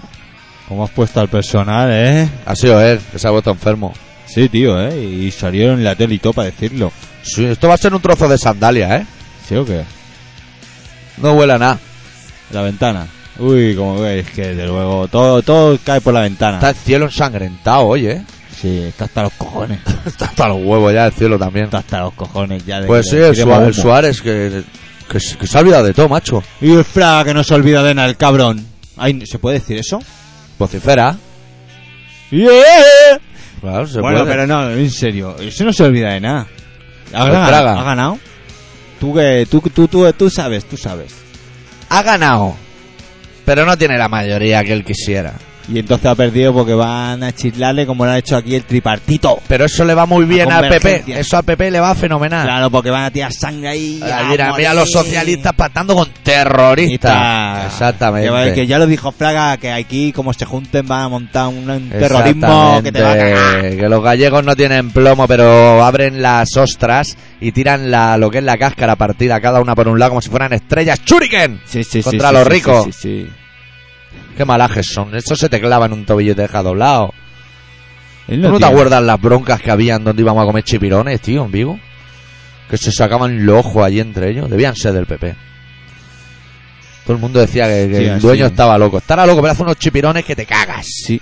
Speaker 2: ¿Cómo has puesto al personal, eh?
Speaker 1: Ha sido él, que se ha vuelto enfermo.
Speaker 2: Sí, tío, eh. Y salieron en la tele y todo para decirlo.
Speaker 1: Sí, esto va a ser un trozo de sandalia, ¿eh?
Speaker 2: ¿Sí o qué?
Speaker 1: No huele a nada.
Speaker 2: La ventana. Uy, como veis, que de luego todo, todo cae por la ventana.
Speaker 1: Está el cielo ensangrentado hoy, ¿eh?
Speaker 2: Sí, está hasta los cojones.
Speaker 1: Está hasta los huevos ya el cielo también.
Speaker 2: Está hasta los cojones ya de
Speaker 1: Pues
Speaker 2: que
Speaker 1: sí,
Speaker 2: le
Speaker 1: el,
Speaker 2: tiremos
Speaker 1: Sua- el
Speaker 2: humo.
Speaker 1: Suárez que, que, se- que se ha olvidado de todo, macho.
Speaker 2: Y el Fraga que no se olvida de nada, el cabrón. Ay, ¿Se puede decir eso?
Speaker 1: Vocifera.
Speaker 2: Yeah.
Speaker 1: Claro, se
Speaker 2: bueno,
Speaker 1: puede.
Speaker 2: pero no, en serio, eso no se olvida de nada. ¿Ha
Speaker 1: Pues
Speaker 2: ganado?
Speaker 1: traga.
Speaker 2: ¿Ha ganado? Tú que tú, tú, tú, tú sabes, tú sabes.
Speaker 1: Ha ganado. Pero no tiene la mayoría que él quisiera.
Speaker 2: Y entonces ha perdido porque van a chislarle como lo ha hecho aquí el tripartito.
Speaker 1: Pero eso le va muy bien al PP.
Speaker 2: Convergencia.
Speaker 1: Eso al PP le va fenomenal.
Speaker 2: Claro, porque van a tirar sangre ahí.
Speaker 1: Ah,
Speaker 2: a
Speaker 1: mira, mira
Speaker 2: morir.
Speaker 1: los socialistas pactando con
Speaker 2: Y
Speaker 1: terroristas.
Speaker 2: está-
Speaker 1: Exactamente.
Speaker 2: Que, va- que ya lo dijo Fraga, que aquí como se junten van a montar un, un terrorismo que te va a cagar.
Speaker 1: Exactamente, que los gallegos no tienen plomo, pero abren las ostras y tiran la, lo que es la cáscara partida, cada una por un lado, como si fueran estrellas. ¡Churiken!
Speaker 2: Sí, sí, sí,
Speaker 1: Contra
Speaker 2: sí,
Speaker 1: los
Speaker 2: sí,
Speaker 1: ricos.
Speaker 2: sí, sí, sí.
Speaker 1: ¡Qué malajes son! Esto se te clava en un tobillo y te deja doblado.
Speaker 2: Él
Speaker 1: ¿Tú no te
Speaker 2: tiene-
Speaker 1: acuerdas las broncas que habían donde íbamos a comer chipirones, tío, en Vigo? Que se sacaban los ojos allí entre ellos. Debían ser del PP. Todo el mundo decía que, que
Speaker 2: Sí,
Speaker 1: el
Speaker 2: así
Speaker 1: dueño
Speaker 2: es.
Speaker 1: estaba loco. Estará loco, pero hace unos chipirones que te cagas.
Speaker 2: Ah, Sí.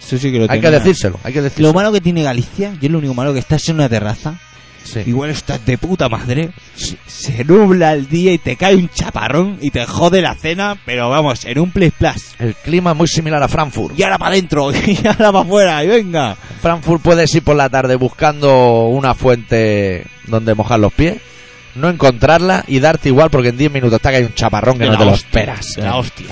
Speaker 2: Eso sí que lo
Speaker 1: Hay que
Speaker 2: tenía.
Speaker 1: decírselo, hay que decírselo.
Speaker 2: Lo malo que tiene Galicia, yo lo único malo que estás en una terraza,
Speaker 1: Sí.
Speaker 2: igual estás de puta madre, se- se nubla el día y te cae un chaparrón y te jode la cena, pero vamos, en un play plus.
Speaker 1: El clima es muy similar a Frankfurt.
Speaker 2: Y ahora para adentro, y ahora para afuera, y venga.
Speaker 1: Frankfurt puedes ir por la tarde buscando una fuente donde mojar los pies, no encontrarla y darte igual porque en 10 minutos está que hay un chaparrón que no te lo esperas.
Speaker 2: La hostia.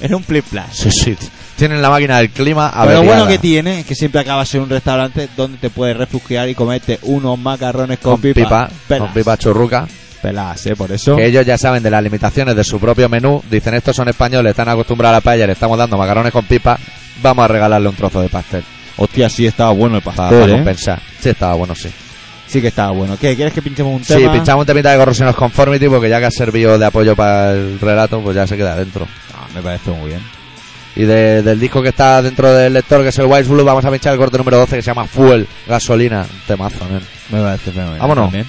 Speaker 2: Era un flip flash.
Speaker 1: Sí, sí. Tienen la máquina del clima a
Speaker 2: Pero lo bueno que tiene es que siempre acabas en un restaurante donde te puedes refugiar y comerte unos macarrones con,
Speaker 1: con pipa,
Speaker 2: Pelas.
Speaker 1: con pipa churruca.
Speaker 2: Pelas, eh, por eso.
Speaker 1: Que ellos ya saben de las limitaciones de su propio menú. Dicen, estos son españoles, están acostumbrados a la paella, le estamos dando macarrones con pipa. Vamos a regalarle un trozo de pastel
Speaker 2: Hostia, sí estaba bueno el
Speaker 1: para,
Speaker 2: pastel,
Speaker 1: para
Speaker 2: ¿eh?
Speaker 1: compensar. Sí, estaba bueno, sí.
Speaker 2: Sí que estaba bueno. ¿Qué? ¿Quieres que pinchemos un
Speaker 1: Sí,
Speaker 2: tema?
Speaker 1: pinchamos un temita de Corrosion of Conformity porque ya que ha servido de apoyo para el relato, pues ya se queda dentro.
Speaker 2: Ah, me parece muy bien.
Speaker 1: Y de- del disco que está dentro del lector, que es el White Blue, vamos a pinchar el corte número 12 que se llama Fuel, gasolina. Un temazo, nen.
Speaker 2: Me parece fenomenal.
Speaker 1: Vámonos.
Speaker 2: también.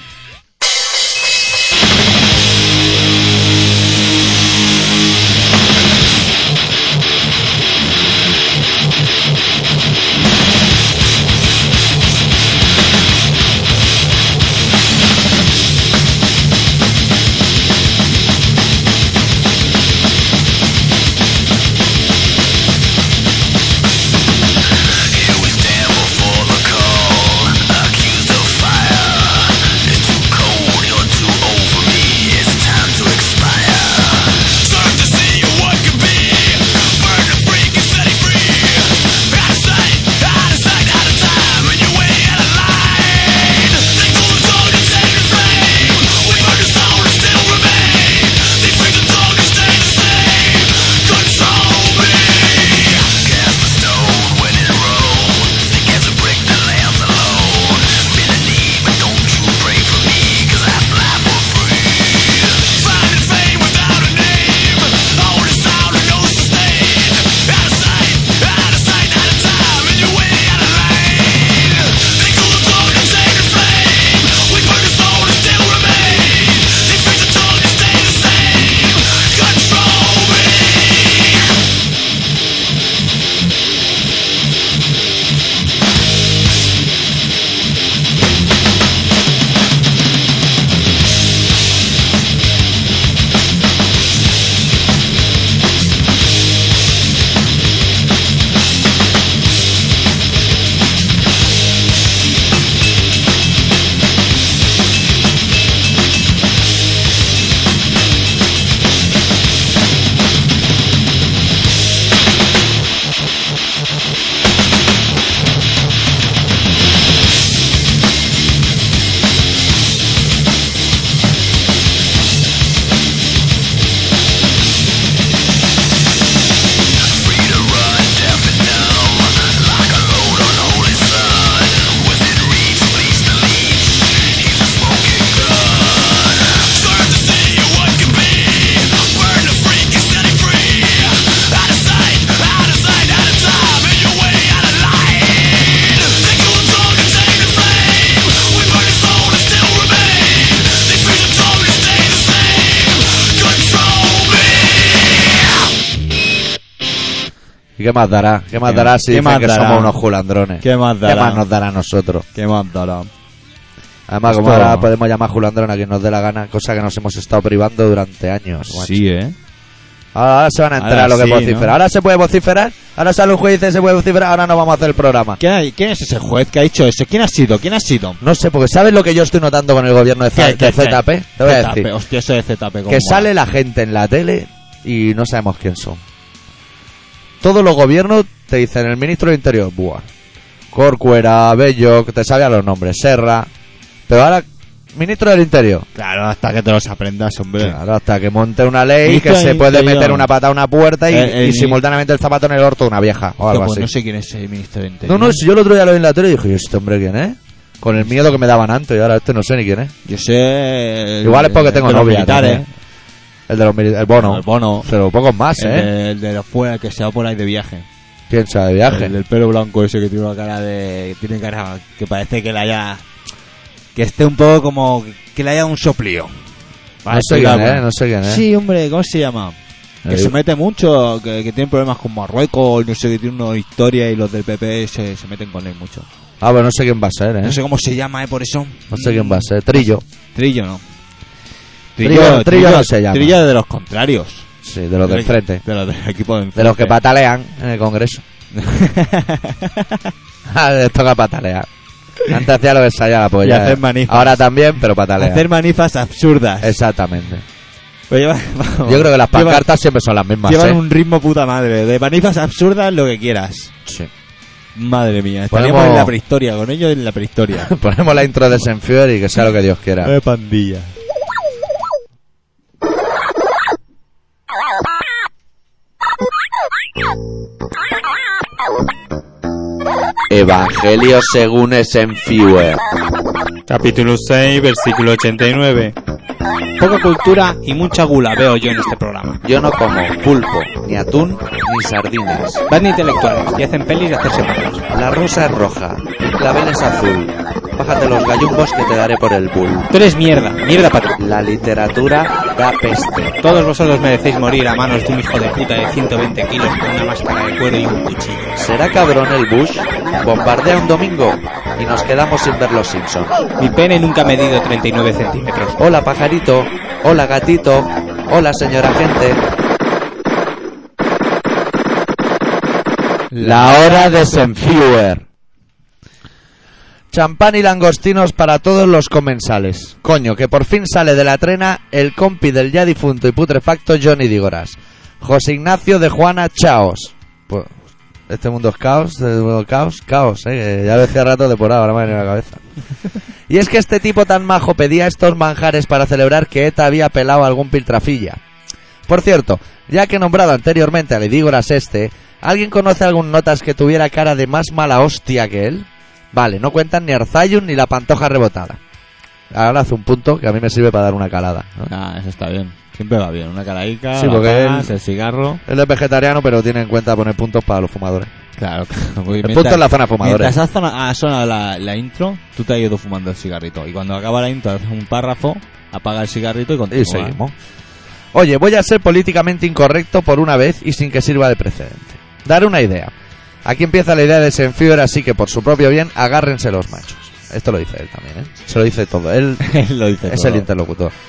Speaker 1: ¿Y qué más dará? ¿Qué más
Speaker 2: ¿Qué-
Speaker 1: dará si
Speaker 2: qué
Speaker 1: dicen
Speaker 2: más
Speaker 1: que
Speaker 2: dará?
Speaker 1: somos unos julandrones?
Speaker 2: ¿Qué más dará?
Speaker 1: ¿Qué más nos dará a nosotros?
Speaker 2: ¿Qué más dará?
Speaker 1: Además,
Speaker 2: Esto-
Speaker 1: como ahora podemos llamar julandrón a quien nos dé la gana, cosa que nos hemos estado privando durante años. macho.
Speaker 2: Sí, eh.
Speaker 1: Ahora, ahora se van a enterar
Speaker 2: Ahora
Speaker 1: lo que
Speaker 2: sí,
Speaker 1: vocifera.
Speaker 2: ¿no?
Speaker 1: Ahora se puede vociferar. Ahora sale un juez y dice se puede vociferar. Ahora no vamos a hacer el programa.
Speaker 2: ¿Quién, hay- quién es ese juez que ha dicho eso? ¿Quién ha sido? ¿Quién ha sido?
Speaker 1: No sé, porque ¿sabes lo que yo estoy notando con el gobierno de, Z-
Speaker 2: ¿Qué-
Speaker 1: de
Speaker 2: qué-
Speaker 1: ZP? Te voy a
Speaker 2: ZP,
Speaker 1: decir.
Speaker 2: Hostia, eso de ZP. como
Speaker 1: Que
Speaker 2: mola.
Speaker 1: sale la gente en la tele y no sabemos quién son. Todos los gobiernos te dicen el ministro del Interior, Buah. Corcuera, Bello, que te sabían los nombres, Serra. Pero ahora, ministro del Interior.
Speaker 2: Claro, hasta que te los aprendas, hombre.
Speaker 1: Claro, hasta que monte una ley
Speaker 2: Ministro
Speaker 1: que se
Speaker 2: del
Speaker 1: puede
Speaker 2: Interior. Eh,
Speaker 1: meter una pata a una puerta y,
Speaker 2: El- el-
Speaker 1: y simultáneamente el zapato en el orto de una vieja o
Speaker 2: Hostia,
Speaker 1: algo
Speaker 2: pues
Speaker 1: así.
Speaker 2: no sé quién es el ministro de
Speaker 1: No,
Speaker 2: Interior.
Speaker 1: no, si yo el otro día lo vi en la tele y dije, este hombre quién es? Con el miedo que me daban antes y ahora este no sé ni quién es.
Speaker 2: Yo sé. el-
Speaker 1: Igual es porque tengo
Speaker 2: el de los
Speaker 1: novia,
Speaker 2: militares.
Speaker 1: también. ¿eh? El de los militares, el bono.
Speaker 2: El bono.
Speaker 1: Pero pocos más,
Speaker 2: El,
Speaker 1: ¿eh?
Speaker 2: de, el de los fuera que se va por ahí de viaje.
Speaker 1: Piensa de viaje.
Speaker 2: El del pelo blanco ese que tiene una cara de. Tiene cara. Que parece que le haya. Que esté un poco como. Que le haya un soplío.
Speaker 1: No sé quién es, no sé quién eh. es.
Speaker 2: Sí, hombre, ¿cómo se llama? Que
Speaker 1: Eh,
Speaker 2: se mete mucho, que, que tiene problemas con Marruecos, no sé, que tiene una historia y los del PP se, se meten con él mucho.
Speaker 1: Ah, pues no sé quién va a ser, ¿eh?
Speaker 2: No sé cómo se llama, ¿eh? Por eso. Mm,
Speaker 1: quién va a ser. Trillo.
Speaker 2: Trillo, ¿no?
Speaker 1: Trillo- Trillo no se llama.
Speaker 2: Trillo de los contrarios.
Speaker 1: Sí, de los del frente.
Speaker 2: De los del equipo de
Speaker 1: De los que
Speaker 2: enfrente.
Speaker 1: patalean en el Congreso. Ah, les toca patalear. Antes hacía lo que ensayaba, pues
Speaker 2: Y
Speaker 1: ya.
Speaker 2: hacer manifas.
Speaker 1: ¿eh? Ahora también, pero patalean.
Speaker 2: Hacer manifas absurdas.
Speaker 1: Exactamente.
Speaker 2: Pero lleva-
Speaker 1: Yo
Speaker 2: vamos,
Speaker 1: creo que las
Speaker 2: lleva-
Speaker 1: pancartas siempre son las mismas,
Speaker 2: Llevan
Speaker 1: ¿eh?
Speaker 2: un ritmo puta madre. De manifas absurdas, lo que quieras.
Speaker 1: Sí.
Speaker 2: Madre mía, estaríamos
Speaker 1: Ponemos-
Speaker 2: en la prehistoria, con ellos en la prehistoria.
Speaker 1: Ponemos la intro de Senfior y que sea lo que Dios quiera.
Speaker 2: Eh, pandilla.
Speaker 1: Evangelio según Senfior.
Speaker 5: Capítulo 6, versículo 89.
Speaker 2: Poca cultura y mucha gula veo yo en este programa.
Speaker 1: Yo no como pulpo, ni atún, ni sardinas.
Speaker 2: Van intelectuales y hacen pelis de hacerse malos.
Speaker 1: La rosa es roja, el clavel es azul. Bájate los gallumbos que te daré por el bull.
Speaker 2: Tú eres mierda, mierda para
Speaker 1: La literatura da peste.
Speaker 2: Todos vosotros merecéis morir a manos de un hijo de puta de 120 kilos con una máscara de cuero y un cuchillo.
Speaker 1: ¿Será cabrón el Bush? Bombardea un domingo y nos quedamos sin ver los Simpsons.
Speaker 2: Mi pene nunca ha medido 39 centímetros.
Speaker 1: Hola pajarito, hola gatito, hola señora gente. La hora de Senfewer. Champán y langostinos para todos los comensales. Coño, que por fin sale de la trena el compi del ya difunto y putrefacto Johnny Digoras. José Ignacio de Juana Chaos. Pues, este mundo es caos, este mundo es caos, caos, eh, que ya lo decía rato de por ahora, me ha venido a la cabeza. Y es que este tipo tan majo pedía estos manjares para celebrar que ETA había pelado a algún piltrafilla. Por cierto, ya que he nombrado anteriormente al Idígoras este, ¿alguien conoce algún notas que tuviera cara de más mala hostia que él? Vale, no cuentan ni Arzayun ni la pantoja rebotada. Ahora hace un punto que a mí me sirve para dar una calada. ¿no?
Speaker 2: Ah, eso está bien. Siempre va bien. Una caraica,
Speaker 1: Sí, porque
Speaker 2: bacanas,
Speaker 1: él-
Speaker 2: el cigarro.
Speaker 1: Él es vegetariano, pero tiene en cuenta poner puntos para los fumadores.
Speaker 2: Claro, claro. porque
Speaker 1: El
Speaker 2: mientras-
Speaker 1: punto es la zona ¿eh? fumadores.
Speaker 2: Mientras ha zona- ha sonado la, la intro, tú te has ido fumando el cigarrito. Y cuando acaba la intro, haces un párrafo, apaga el cigarrito y continúa.
Speaker 1: Y seguimos. Oye, voy a ser políticamente incorrecto por una vez y sin que sirva de precedente. Dar una idea. Aquí empieza la idea de Senfior, así que por su propio bien, agárrense los machos. Esto lo dice él también, ¿eh? Se lo dice todo. Él
Speaker 2: Él lo dice
Speaker 1: es
Speaker 2: todo.
Speaker 1: el interlocutor.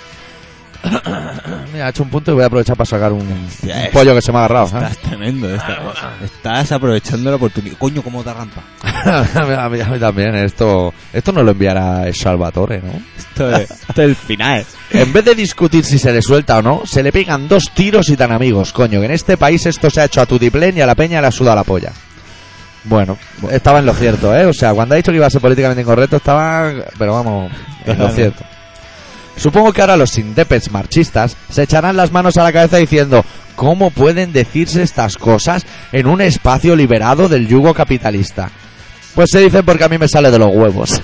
Speaker 1: Mira, ha hecho un punto y voy a aprovechar para sacar un, un
Speaker 2: Hostia, es-
Speaker 1: pollo que se me ha agarrado. ¿eh?
Speaker 2: Estás tremendo de esta cosa. Ah. Estás aprovechando la oportunidad. Coño, cómo te rampa.
Speaker 1: a, mí, a mí también, esto, esto no lo enviará el Salvatore, ¿no?
Speaker 2: Esto es, esto es el final.
Speaker 1: En vez de discutir si se le suelta o no, se le pegan dos tiros y tan amigos, coño, que en este país esto se ha hecho a Tudiplén y a la peña le ha sudado la polla. Bueno, estaba en lo cierto, ¿eh? O sea, cuando ha dicho que iba a ser políticamente incorrecto, estaba, pero vamos, en lo
Speaker 2: Totalmente.
Speaker 1: cierto. Supongo que ahora los indepes marchistas se echarán las manos a la cabeza diciendo, ¿cómo pueden decirse estas cosas en un espacio liberado del yugo capitalista? Pues se dicen porque a mí me sale de los huevos.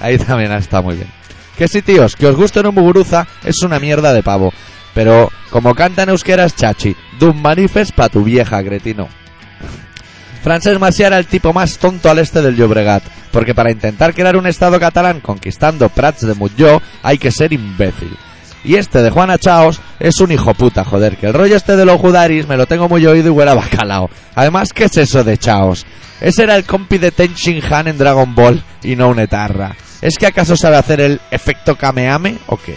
Speaker 1: Ahí también está muy bien. Que sí, tíos, que os guste un muguruza es una mierda de pavo. Pero como cantan euskeras, chachi. Dum manifes pa' tu vieja, cretino. Francesc Macià era el tipo más tonto al este del Llobregat, porque para intentar crear un estado catalán conquistando Prats de Molló hay que ser imbécil. Y este de Juana Chaos es un hijo puta, joder, que el rollo este de los judaris me lo tengo muy oído y huele a bacalao. Además, ¿qué es eso de Chaos? Ese era el compi de Ten Shin Han en Dragon Ball y no un etarra. ¿Es que acaso sabe hacer el efecto Kameame o qué?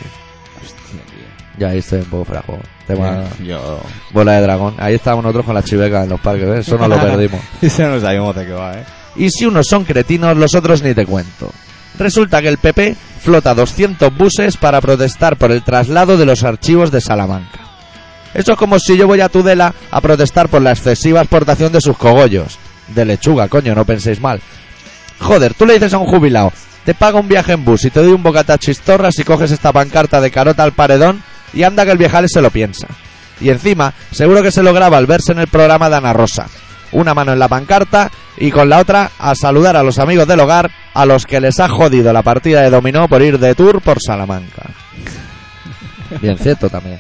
Speaker 1: Ya ahí estoy un poco fuera de juego. Tema
Speaker 2: Yo...
Speaker 1: bola de dragón. Ahí estábamos nosotros con las chivecas en los parques, ¿ves? Eso no lo perdimos.
Speaker 2: Eso no sabemos de qué va, ¿eh?
Speaker 1: Y si unos son cretinos, los otros ni te cuento. Resulta que el PP flota 200 buses para protestar por el traslado de los archivos de Salamanca. Eso es como si yo voy a Tudela a protestar por la excesiva exportación de sus cogollos. De lechuga, coño, no penséis mal. Joder, tú le dices a un jubilado, te pago un viaje en bus y te doy un bocata a chistorras y coges esta pancarta de carota al paredón y anda que el viajales se lo piensa. Y encima, seguro que se lo graba al verse en el programa de Ana Rosa. Una mano en la pancarta y con la otra a saludar a los amigos del hogar a los que les ha jodido la partida de dominó por ir de tour por Salamanca. Bien cierto también.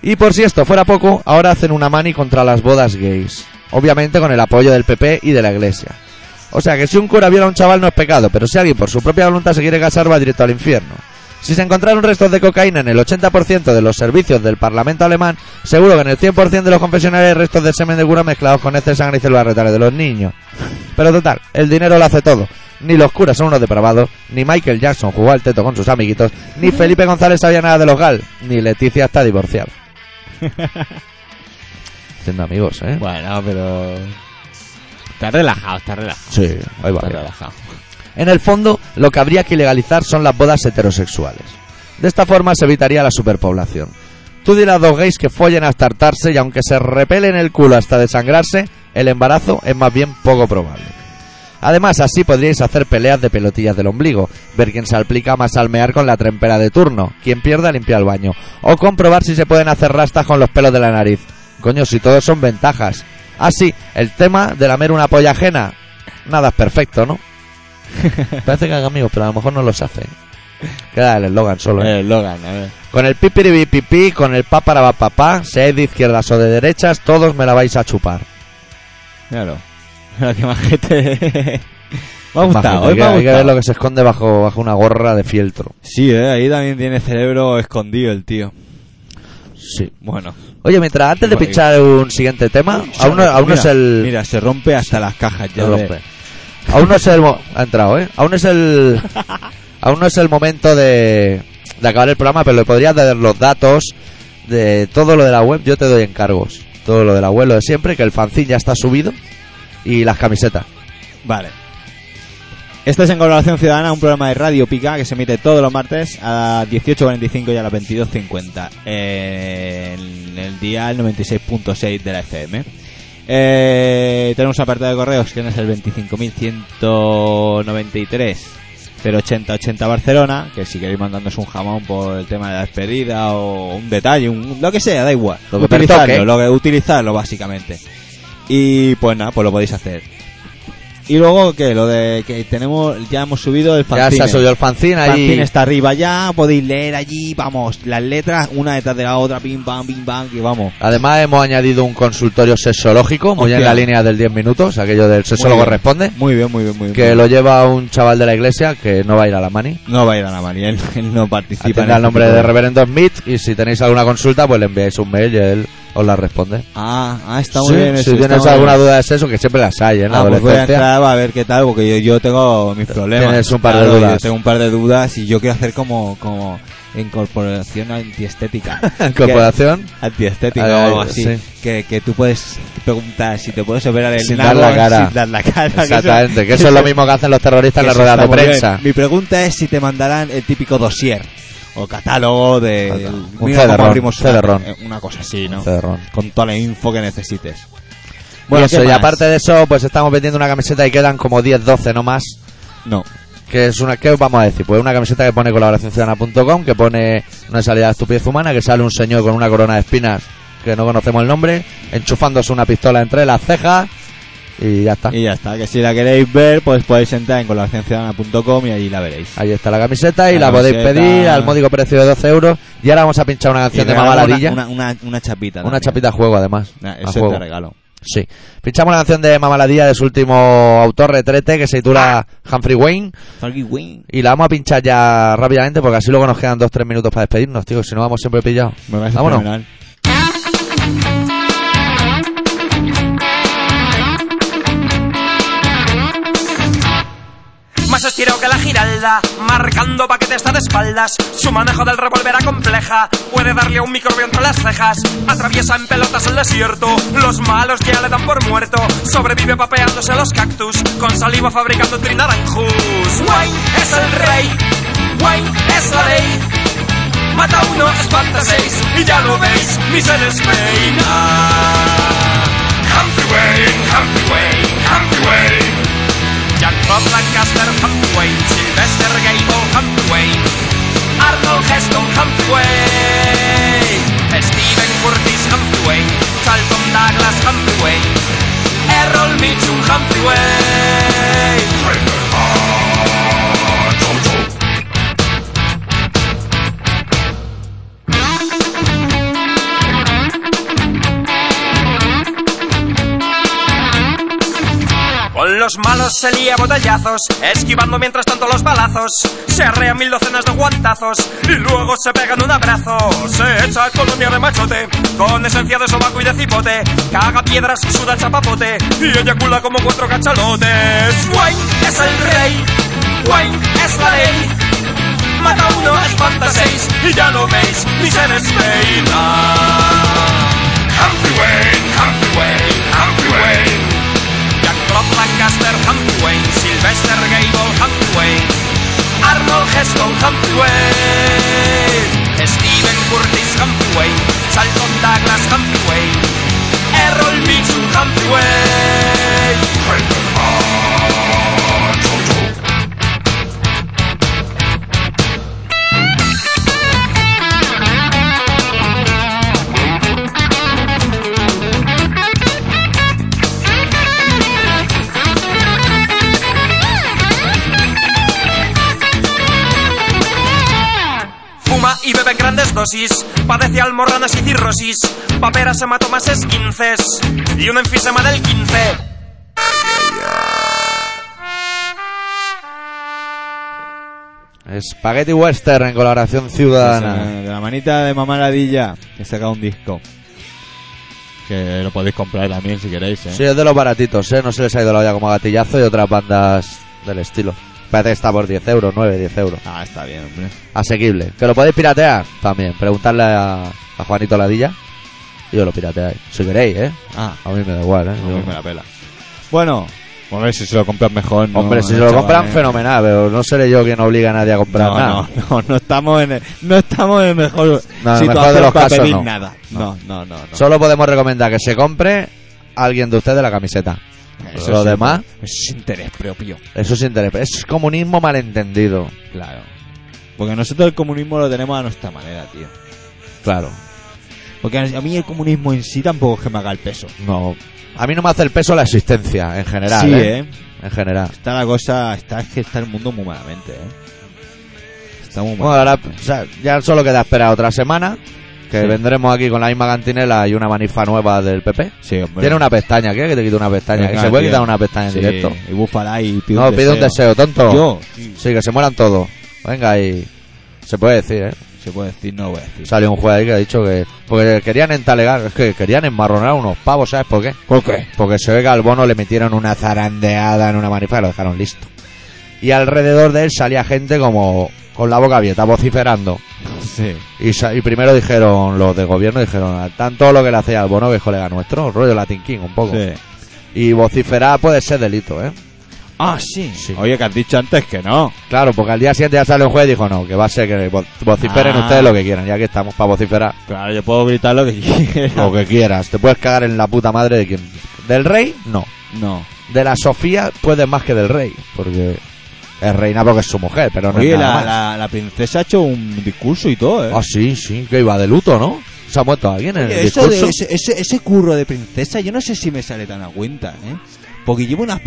Speaker 1: Y por si esto fuera poco, ahora hacen una mani contra las bodas gays. Obviamente con el apoyo del PP y de la iglesia. O sea que si un cura viola a un chaval no es pecado, pero si alguien por su propia voluntad se quiere casar va directo al infierno. Si se encontraron restos de cocaína en el 80% de los servicios del Parlamento alemán, seguro que en el 100% de los confesionarios hay restos de semen de cura mezclados con este sangre y células retales de los niños. Pero total, el dinero lo hace todo. Ni los curas son unos depravados, ni Michael Jackson jugó al teto con sus amiguitos, ni Felipe González sabía nada de los GAL, ni Leticia está divorciada. Siendo amigos, ¿eh?
Speaker 2: Bueno, pero... Estás relajado, estás relajado.
Speaker 1: Sí, ahí va.
Speaker 2: Estás relajado.
Speaker 1: En el fondo, lo que habría que legalizar son las bodas heterosexuales. De esta forma se evitaría la superpoblación. Tú dile a dos gays que follen hasta hartarse y aunque se repelen el culo hasta desangrarse, el embarazo es más bien poco probable. Además, así podríais hacer peleas de pelotillas del ombligo, ver quién se aplica más al mear con la trempera de turno, quien pierda limpia el baño, o comprobar si se pueden hacer rastas con los pelos de la nariz. Coño, si todos son ventajas. Así, el tema de lamer una polla ajena, nada es perfecto, ¿no? Parece que haga amigos, pero a lo mejor no los hace. Queda el eslogan solo, ¿eh?
Speaker 2: Logan, a ver.
Speaker 1: Con el pipiribipipí, con el paparabapapá, seáis de izquierdas o de derechas, todos me la vais a chupar.
Speaker 2: Míralo. Mira qué majete. me ha
Speaker 1: Majete,
Speaker 2: gustado, hoy
Speaker 1: hay,
Speaker 2: me
Speaker 1: que,
Speaker 2: ha
Speaker 1: hay que ver lo
Speaker 2: gustado.
Speaker 1: que se esconde bajo, bajo una gorra de fieltro.
Speaker 2: Sí, eh, ahí también tiene cerebro escondido el tío. Sí. Bueno.
Speaker 1: Oye, mientras antes de
Speaker 2: Guay.
Speaker 1: pinchar un siguiente tema, aún no, aún no
Speaker 2: Mira,
Speaker 1: es el...
Speaker 2: Mira, se rompe hasta las cajas ya.
Speaker 1: el
Speaker 2: de-
Speaker 1: rompe. Aún no es el... mo- Ha entrado, ¿eh? Aún no es el... aún no es el momento de, de acabar el programa, pero le podrías dar los datos de todo lo de la web. Yo te doy encargos. Todo lo de la web, lo de siempre, que el fanzine ya está subido y las camisetas.
Speaker 2: Vale. Este es En Colaboración Ciudadana, un programa de Radio Pica que se emite todos los martes a las 18.45 y a las 22.50 eh, en el día 96.6 de la FM. Eh, tenemos un apartado de correos que es el 25.193 08080 Barcelona, que si queréis mandándonos un jamón por el tema de la despedida o un detalle, un- lo que sea, da igual.
Speaker 1: Lo que
Speaker 2: utilizarlo,
Speaker 1: pertoque.
Speaker 2: lo que, utilizarlo básicamente. Y pues nada, pues lo podéis hacer. Y luego que lo de que tenemos, ya hemos subido el
Speaker 1: Ya
Speaker 2: fanzine.
Speaker 1: se ha subido el fanzine ahí.
Speaker 2: Fanzine está arriba ya, podéis leer allí, vamos, las letras una detrás de la otra, pim pam, pim pam, que vamos.
Speaker 1: Además hemos añadido un consultorio sexológico, muy en
Speaker 2: Hostia.
Speaker 1: la línea del 10 minutos, aquello del
Speaker 2: Muy
Speaker 1: sexólogo
Speaker 2: bien.
Speaker 1: responde,
Speaker 2: Muy bien, muy bien, muy bien.
Speaker 1: que lo lleva un chaval de la iglesia que no va a ir a la mani.
Speaker 2: No va a ir a la María, él, él no participa. en
Speaker 1: Atiende al
Speaker 2: este
Speaker 1: nombre de
Speaker 2: tipo
Speaker 1: Reverendo Smith y si tenéis alguna consulta pues le enviáis un mail y él os la responde.
Speaker 2: Ah, ah, está muy
Speaker 1: Sí,
Speaker 2: bien eso,
Speaker 1: si
Speaker 2: está
Speaker 1: tienes
Speaker 2: muy
Speaker 1: alguna
Speaker 2: bien.
Speaker 1: duda de sexo, que siempre las hay en la
Speaker 2: Ah, pues voy a
Speaker 1: adolescencia. Eh,
Speaker 2: entrar a ver qué tal, porque yo, yo tengo mis problemas.
Speaker 1: Tienes un par de
Speaker 2: Claro, yo
Speaker 1: dudas.
Speaker 2: tengo un par de dudas y yo quiero hacer como, como incorporación antiestética.
Speaker 1: Corporación,
Speaker 2: Que- Antiestética
Speaker 1: Ah,
Speaker 2: o algo así.
Speaker 1: sí.
Speaker 2: Que, que tú puedes preguntar si te puedes operar el
Speaker 1: Sin
Speaker 2: nabo
Speaker 1: dar la cara.
Speaker 2: Sin dar la cara. que eso-
Speaker 1: exactamente, que eso es lo mismo que hacen los terroristas en las
Speaker 2: eso
Speaker 1: ruedas
Speaker 2: está
Speaker 1: de
Speaker 2: muy bien.
Speaker 1: prensa.
Speaker 2: Mi pregunta es si te mandarán el típico dossier o catálogo de
Speaker 1: Catálogo. Un
Speaker 2: mira cómo
Speaker 1: CD-ROM,
Speaker 2: abrimos una-
Speaker 1: CD-ROM.
Speaker 2: eh, una cosa así, ¿no?
Speaker 1: Cerrón.
Speaker 2: Con toda la info que necesites.
Speaker 1: Bueno, eso,
Speaker 2: ¿qué
Speaker 1: y
Speaker 2: más?
Speaker 1: aparte de eso, pues estamos vendiendo una camiseta y quedan como 10, 12 no más.
Speaker 2: no.
Speaker 1: que es una que vamos a decir pues una camiseta que pone colaboracionciudadana.com que pone una salida de estupidez humana que sale un señor con una corona de espinas que no conocemos el nombre enchufándose una pistola entre las cejas y ya está
Speaker 2: Y ya está, que si la queréis ver, pues podéis entrar en colaboracionciudadana.com y allí la veréis.
Speaker 1: ahí está la camiseta y
Speaker 2: La
Speaker 1: la, podéis
Speaker 2: camiseta.
Speaker 1: pedir al módico precio de 12 euros y ahora vamos a pinchar una
Speaker 2: Y
Speaker 1: canción de
Speaker 2: regalamos
Speaker 1: Mamaladilla
Speaker 2: Una,
Speaker 1: una,
Speaker 2: una, una, una chapita. también.
Speaker 1: chapita a juego además
Speaker 2: Nah,
Speaker 1: a
Speaker 2: eso
Speaker 1: juego.
Speaker 2: te regalo.
Speaker 1: Sí. Pinchamos la canción de Mamaladilla de su último autor retrete que se titula
Speaker 2: Ah.
Speaker 1: Humphrey Wayne
Speaker 2: Frankie Wayne.
Speaker 1: Y la vamos a pinchar ya rápidamente porque así luego nos quedan 2-3 minutos para despedirnos, tío. Si no, vamos siempre pillados.
Speaker 2: Me parece
Speaker 1: Vámonos.
Speaker 2: fenomenal.
Speaker 6: Más estirado que la giralda, marcando paquetes de espaldas. Su manejo del revólver acompleja, puede darle un microbio entre las cejas. Atraviesa en pelotas el desierto, los malos ya le dan por muerto. Sobrevive papeándose los cactus, con saliva fabricando trinaranjus. Guay es el rey, guay es la ley. Mata uno, espanta seis, y ya lo veis, ni se despeina. Humphrey Wayne, Humphrey Wayne, Humphrey Wayne. Jack Bob Lancaster, Humphrey Wayne. Sylvester Gable, Humphrey Wayne. Arnold Heston, Humphrey Wayne. Steven Curtis, Humphrey Wayne. Charlton Douglas, Humphrey Wayne. Errol Mitchum, Humphrey Wayne. Con los malos se lía a botellazos, esquivando mientras tanto los balazos. Se arrea mil docenas de guantazos y luego se pegan un abrazo. Se echa colonia de machote, con esencia de sobaco y de cipote. Caga piedras, suda chapapote y eyacula como cuatro cachalotes. Wayne es el rey, Wayne es la ley. Mata uno, espanta seis y ya lo veis, ni se despeina. Humphrey Wayne, Humphrey Wayne, Humphrey Wayne. Jack Klopp, Lancaster, Humphrey Wayne. Sylvester Gable, Humphrey Wayne. Arnold Heston, Humphrey Wayne. fuma y bebe en grandes dosis. Padece almorranas y cirrosis, paperas, hematomas, esquinces y un enfisema del 15.
Speaker 1: Spaghetti Western en colaboración ciudadana.
Speaker 2: De la manita de mamá ladilla que saca un disco. Que lo podéis comprar también si queréis, ¿eh?
Speaker 1: Sí, es de los baratitos, ¿eh? No se les ha ido la olla como a gatillazo y otras bandas del estilo. Parece que está por 10 euros, 9, 10 euros.
Speaker 2: Ah, está bien, hombre.
Speaker 1: Asequible. ¿Que lo podéis piratear? También. Preguntarle a, a Juanito Ladilla y yo lo pirateáis. Si queréis, ¿eh?
Speaker 2: Ah,
Speaker 1: A mí me da igual, ¿eh?
Speaker 2: no,
Speaker 1: Yo-
Speaker 2: me la pela. Bueno, a ver si se lo compran mejor. ¿no?
Speaker 1: Hombre, si se
Speaker 2: Chavales.
Speaker 1: lo compran, fenomenal, pero no seré yo quien obliga a nadie a comprar
Speaker 2: No,
Speaker 1: nada.
Speaker 2: no, no, no estamos en el, no estamos en el mejor
Speaker 1: No, en el
Speaker 2: situación
Speaker 1: mejor de los
Speaker 2: para
Speaker 1: casos,
Speaker 2: pedir
Speaker 1: no.
Speaker 2: nada. No, no, no. no.
Speaker 1: Solo podemos recomendar que se compre a alguien de ustedes la camiseta.
Speaker 2: Eso
Speaker 1: lo
Speaker 2: es-
Speaker 1: demás,
Speaker 2: eso es interés propio.
Speaker 1: eso es interés. Es comunismo malentendido.
Speaker 2: Claro. Porque nosotros el comunismo lo tenemos a nuestra manera, tío.
Speaker 1: Claro.
Speaker 2: Porque a a mí el comunismo en sí tampoco es que me haga el peso.
Speaker 1: No. A mí no me hace el peso la existencia, en general.
Speaker 2: sí,
Speaker 1: ¿eh?
Speaker 2: ¿eh?
Speaker 1: En general.
Speaker 2: Está la cosa, está, es que está el mundo muy malamente, ¿eh? Está muy
Speaker 1: Bueno,
Speaker 2: mal.
Speaker 1: ahora o sea, ya solo queda esperar otra semana, que
Speaker 2: Sí.
Speaker 1: vendremos aquí con la misma cantinela y una manifa nueva del PP.
Speaker 2: Sí, hombre.
Speaker 1: Tiene una pestaña, ¿qué? Que te quite una pestaña.
Speaker 2: Venga,
Speaker 1: que se puede
Speaker 2: tío.
Speaker 1: quitar una pestaña
Speaker 2: Sí,
Speaker 1: en directo.
Speaker 2: Y búfala y pide
Speaker 1: no, pide un deseo, tonto.
Speaker 2: Yo,
Speaker 1: Sí, que se mueran todos. Venga, y se puede decir, ¿eh?
Speaker 2: se puede decir, no voy a decir.
Speaker 1: Salió un juez ahí que ha dicho que... Porque querían entalegar, es que querían enmarronar unos pavos, ¿sabes por qué?
Speaker 2: ¿Por qué?
Speaker 1: Porque se ve que al bono le metieron una zarandeada en una manifa y lo dejaron listo. Y alrededor de él salía gente como con la boca abierta, vociferando.
Speaker 2: Sí.
Speaker 1: Y, sa- y primero dijeron los de gobierno, dijeron, "Al tanto lo que le hacía al bono que es colega nuestro, rollo Latin King un poco.
Speaker 2: sí.
Speaker 1: Y vociferar puede ser delito, ¿eh?
Speaker 2: Ah, sí. Oye, que has dicho antes que no.
Speaker 1: Claro, porque al día siguiente ya sale un juez y dijo, no, que va a ser que vo- vociferen
Speaker 2: Ah.
Speaker 1: ustedes lo que quieran, ya que estamos para vociferar.
Speaker 2: Claro, yo puedo gritar lo que quiera.
Speaker 1: Lo que quieras, te puedes cagar en la puta madre de quien... Del rey, no.
Speaker 2: No.
Speaker 1: De la Sofía puedes más que del rey, porque es reina porque es su mujer, pero no
Speaker 2: Oye,
Speaker 1: es nada
Speaker 2: la,
Speaker 1: más.
Speaker 2: la, la princesa ha hecho un discurso y todo, ¿eh?
Speaker 1: Ah, sí, sí, que iba de luto, ¿no? Se ha muerto alguien en el
Speaker 2: Eso de
Speaker 1: discurso.
Speaker 2: ese, ese- ese curro de princesa, yo no sé si me sale tan a cuenta, ¿eh? Porque lleva unas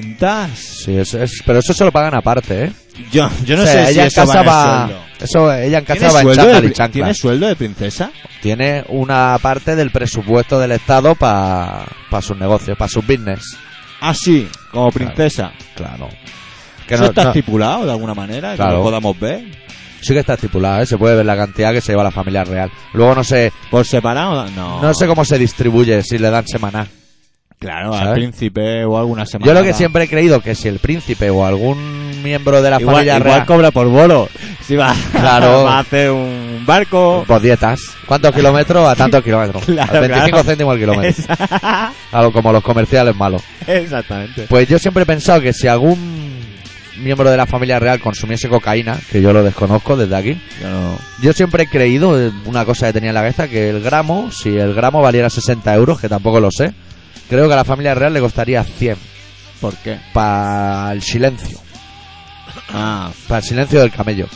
Speaker 2: vestimentas.
Speaker 1: Sí, es- es- pero eso se lo pagan aparte, ¿eh?
Speaker 2: Yo, yo no
Speaker 1: O sea,
Speaker 2: sé si
Speaker 1: ella
Speaker 2: eso
Speaker 1: en casa
Speaker 2: va en el
Speaker 1: va-
Speaker 2: sueldo.
Speaker 1: eso, ella en casa
Speaker 2: ¿Tiene
Speaker 1: va en
Speaker 2: sueldo,
Speaker 1: chándal
Speaker 2: de,
Speaker 1: y
Speaker 2: pri-
Speaker 1: chancla.
Speaker 2: ¿Tiene sueldo de princesa?
Speaker 1: Tiene una parte del presupuesto del Estado para sus negocios, para sus business.
Speaker 2: Ah, sí, como princesa.
Speaker 1: Claro. Que
Speaker 2: ¿Eso
Speaker 1: no-
Speaker 2: está
Speaker 1: no-
Speaker 2: estipulado de alguna manera? Que
Speaker 1: Claro.
Speaker 2: lo podamos ver.
Speaker 1: sí que está estipulado, ¿eh? se puede ver la cantidad que se lleva la familia real. Luego no sé,
Speaker 2: ¿Por separado? No.
Speaker 1: no sé cómo se distribuye, si le dan semanal.
Speaker 2: Claro, al
Speaker 1: ¿sabes?
Speaker 2: príncipe o alguna semana.
Speaker 1: Yo lo que siempre he creído que si el príncipe o algún miembro de la
Speaker 2: Igual,
Speaker 1: familia
Speaker 2: igual
Speaker 1: real
Speaker 2: cobra por bolo. Si va,
Speaker 1: Claro.
Speaker 2: va a hacer un barco.
Speaker 1: por dietas, ¿cuántos kilómetros a tantos kilómetros?
Speaker 2: Ah. Claro,
Speaker 1: a 25
Speaker 2: claro.
Speaker 1: céntimos al kilómetro,
Speaker 2: Esa-
Speaker 1: algo como los comerciales malos.
Speaker 2: Exactamente.
Speaker 1: Pues yo siempre he pensado que si algún miembro de la familia real consumiese cocaína, que yo lo desconozco desde aquí, yo siempre he creído, eh, una cosa que tenía en la cabeza, que el gramo, si el gramo valiera 60 euros, que tampoco lo sé, creo que a la familia real le costaría 100
Speaker 2: ¿Por qué?
Speaker 1: para el silencio,
Speaker 2: Ah,
Speaker 1: para el silencio del camello.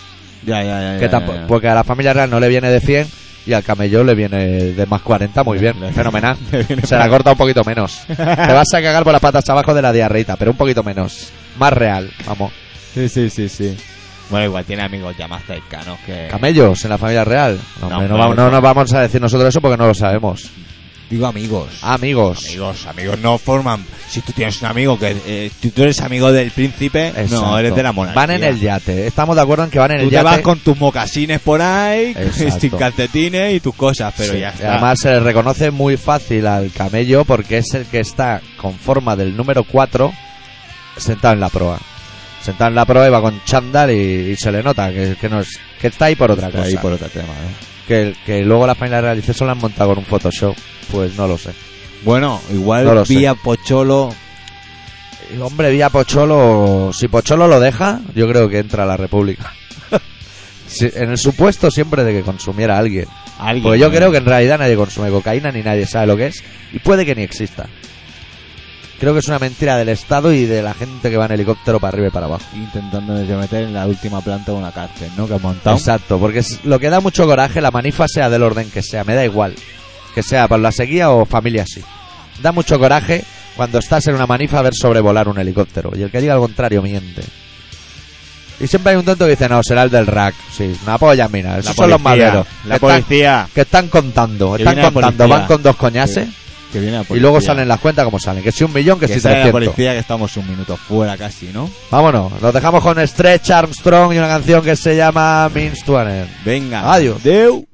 Speaker 2: ya, ya, ya.
Speaker 1: que pues,
Speaker 2: ya,
Speaker 1: tampoco,
Speaker 2: ya, ya.
Speaker 1: Porque a la familia real no le viene de 100 y al camello le viene de más 40, muy bien,
Speaker 2: Le-
Speaker 1: fenomenal.
Speaker 2: le viene
Speaker 1: Se la
Speaker 2: mal.
Speaker 1: corta un poquito menos. Te vas a cagar por las patas abajo de la diarreita, pero un poquito menos. Más real, vamos.
Speaker 2: Sí, sí, sí, sí. Bueno, igual tiene amigos ya más cercanos que.
Speaker 1: Camellos en la familia real. No,
Speaker 2: Eh. No,
Speaker 1: hombre, no
Speaker 2: hombre.
Speaker 1: vamos- no nos vamos a decir nosotros eso porque no lo sabemos.
Speaker 2: Digo amigos.
Speaker 1: Amigos.
Speaker 2: Amigos, amigos no forman. Si tú tienes un amigo que. eh, tú, tú eres amigo del príncipe,
Speaker 1: Exacto.
Speaker 2: no, eres de la monarquía.
Speaker 1: Van en el yate. Estamos de acuerdo en que van en
Speaker 2: Tú
Speaker 1: el
Speaker 2: te
Speaker 1: yate.
Speaker 2: vas con tus mocasines por ahí,
Speaker 1: Exacto.
Speaker 2: sin calcetines y tus cosas, pero
Speaker 1: Sí.
Speaker 2: ya
Speaker 1: Y
Speaker 2: está.
Speaker 1: Además se le reconoce muy fácil al camello porque es el que está con forma del número 4 sentado en la proa. Sentado en la proa y va con chándal y, y se le nota que, que no es- que está ahí por otra
Speaker 2: Está
Speaker 1: cosa.
Speaker 2: ahí por otro tema, ¿eh?
Speaker 1: Que, que luego la familia real dice, "Eso lo han montado con un Photoshop. Pues no lo sé.
Speaker 2: Bueno, igual
Speaker 1: No lo sé.
Speaker 2: vía Pocholo.
Speaker 1: El hombre, vía Pocholo. Si Pocholo lo deja, yo creo que entra a la República. Si- en el supuesto siempre de que consumiera alguien.
Speaker 2: Alguien,
Speaker 1: Porque Pues yo
Speaker 2: ¿no?
Speaker 1: creo que en realidad nadie consume cocaína ni nadie sabe lo que es. Y puede que ni exista. Creo que es una mentira del Estado y de la gente que va en helicóptero para arriba y para abajo.
Speaker 2: Intentando de meter en la última planta de una cárcel, ¿no? Que has montado.
Speaker 1: Exacto, porque es- lo que da mucho coraje, la manifa sea del orden que sea, me da igual. Que sea por la sequía o familia así. Da mucho coraje cuando estás en una manifa ver sobrevolar un helicóptero. Y el que diga lo contrario miente. Y siempre hay un tonto que dice, no, será el del rack. Sí, una polla, mira. Esos son los maderos.
Speaker 2: La
Speaker 1: que, están,
Speaker 2: policía.
Speaker 1: que están contando,
Speaker 2: Que
Speaker 1: están
Speaker 2: viene la
Speaker 1: contando.
Speaker 2: policía.
Speaker 1: Van con dos coñases
Speaker 2: Que viene la
Speaker 1: y
Speaker 2: policía.
Speaker 1: luego salen las cuentas como salen. Que si un millón, que,
Speaker 2: Que
Speaker 1: si
Speaker 2: sale la
Speaker 1: 300.
Speaker 2: policía que estamos un minuto fuera casi, ¿no?
Speaker 1: Vámonos. Nos dejamos con Stretch Armstrong y una canción que se llama Means to an End.
Speaker 2: Venga.
Speaker 1: Adiós.
Speaker 2: Deu.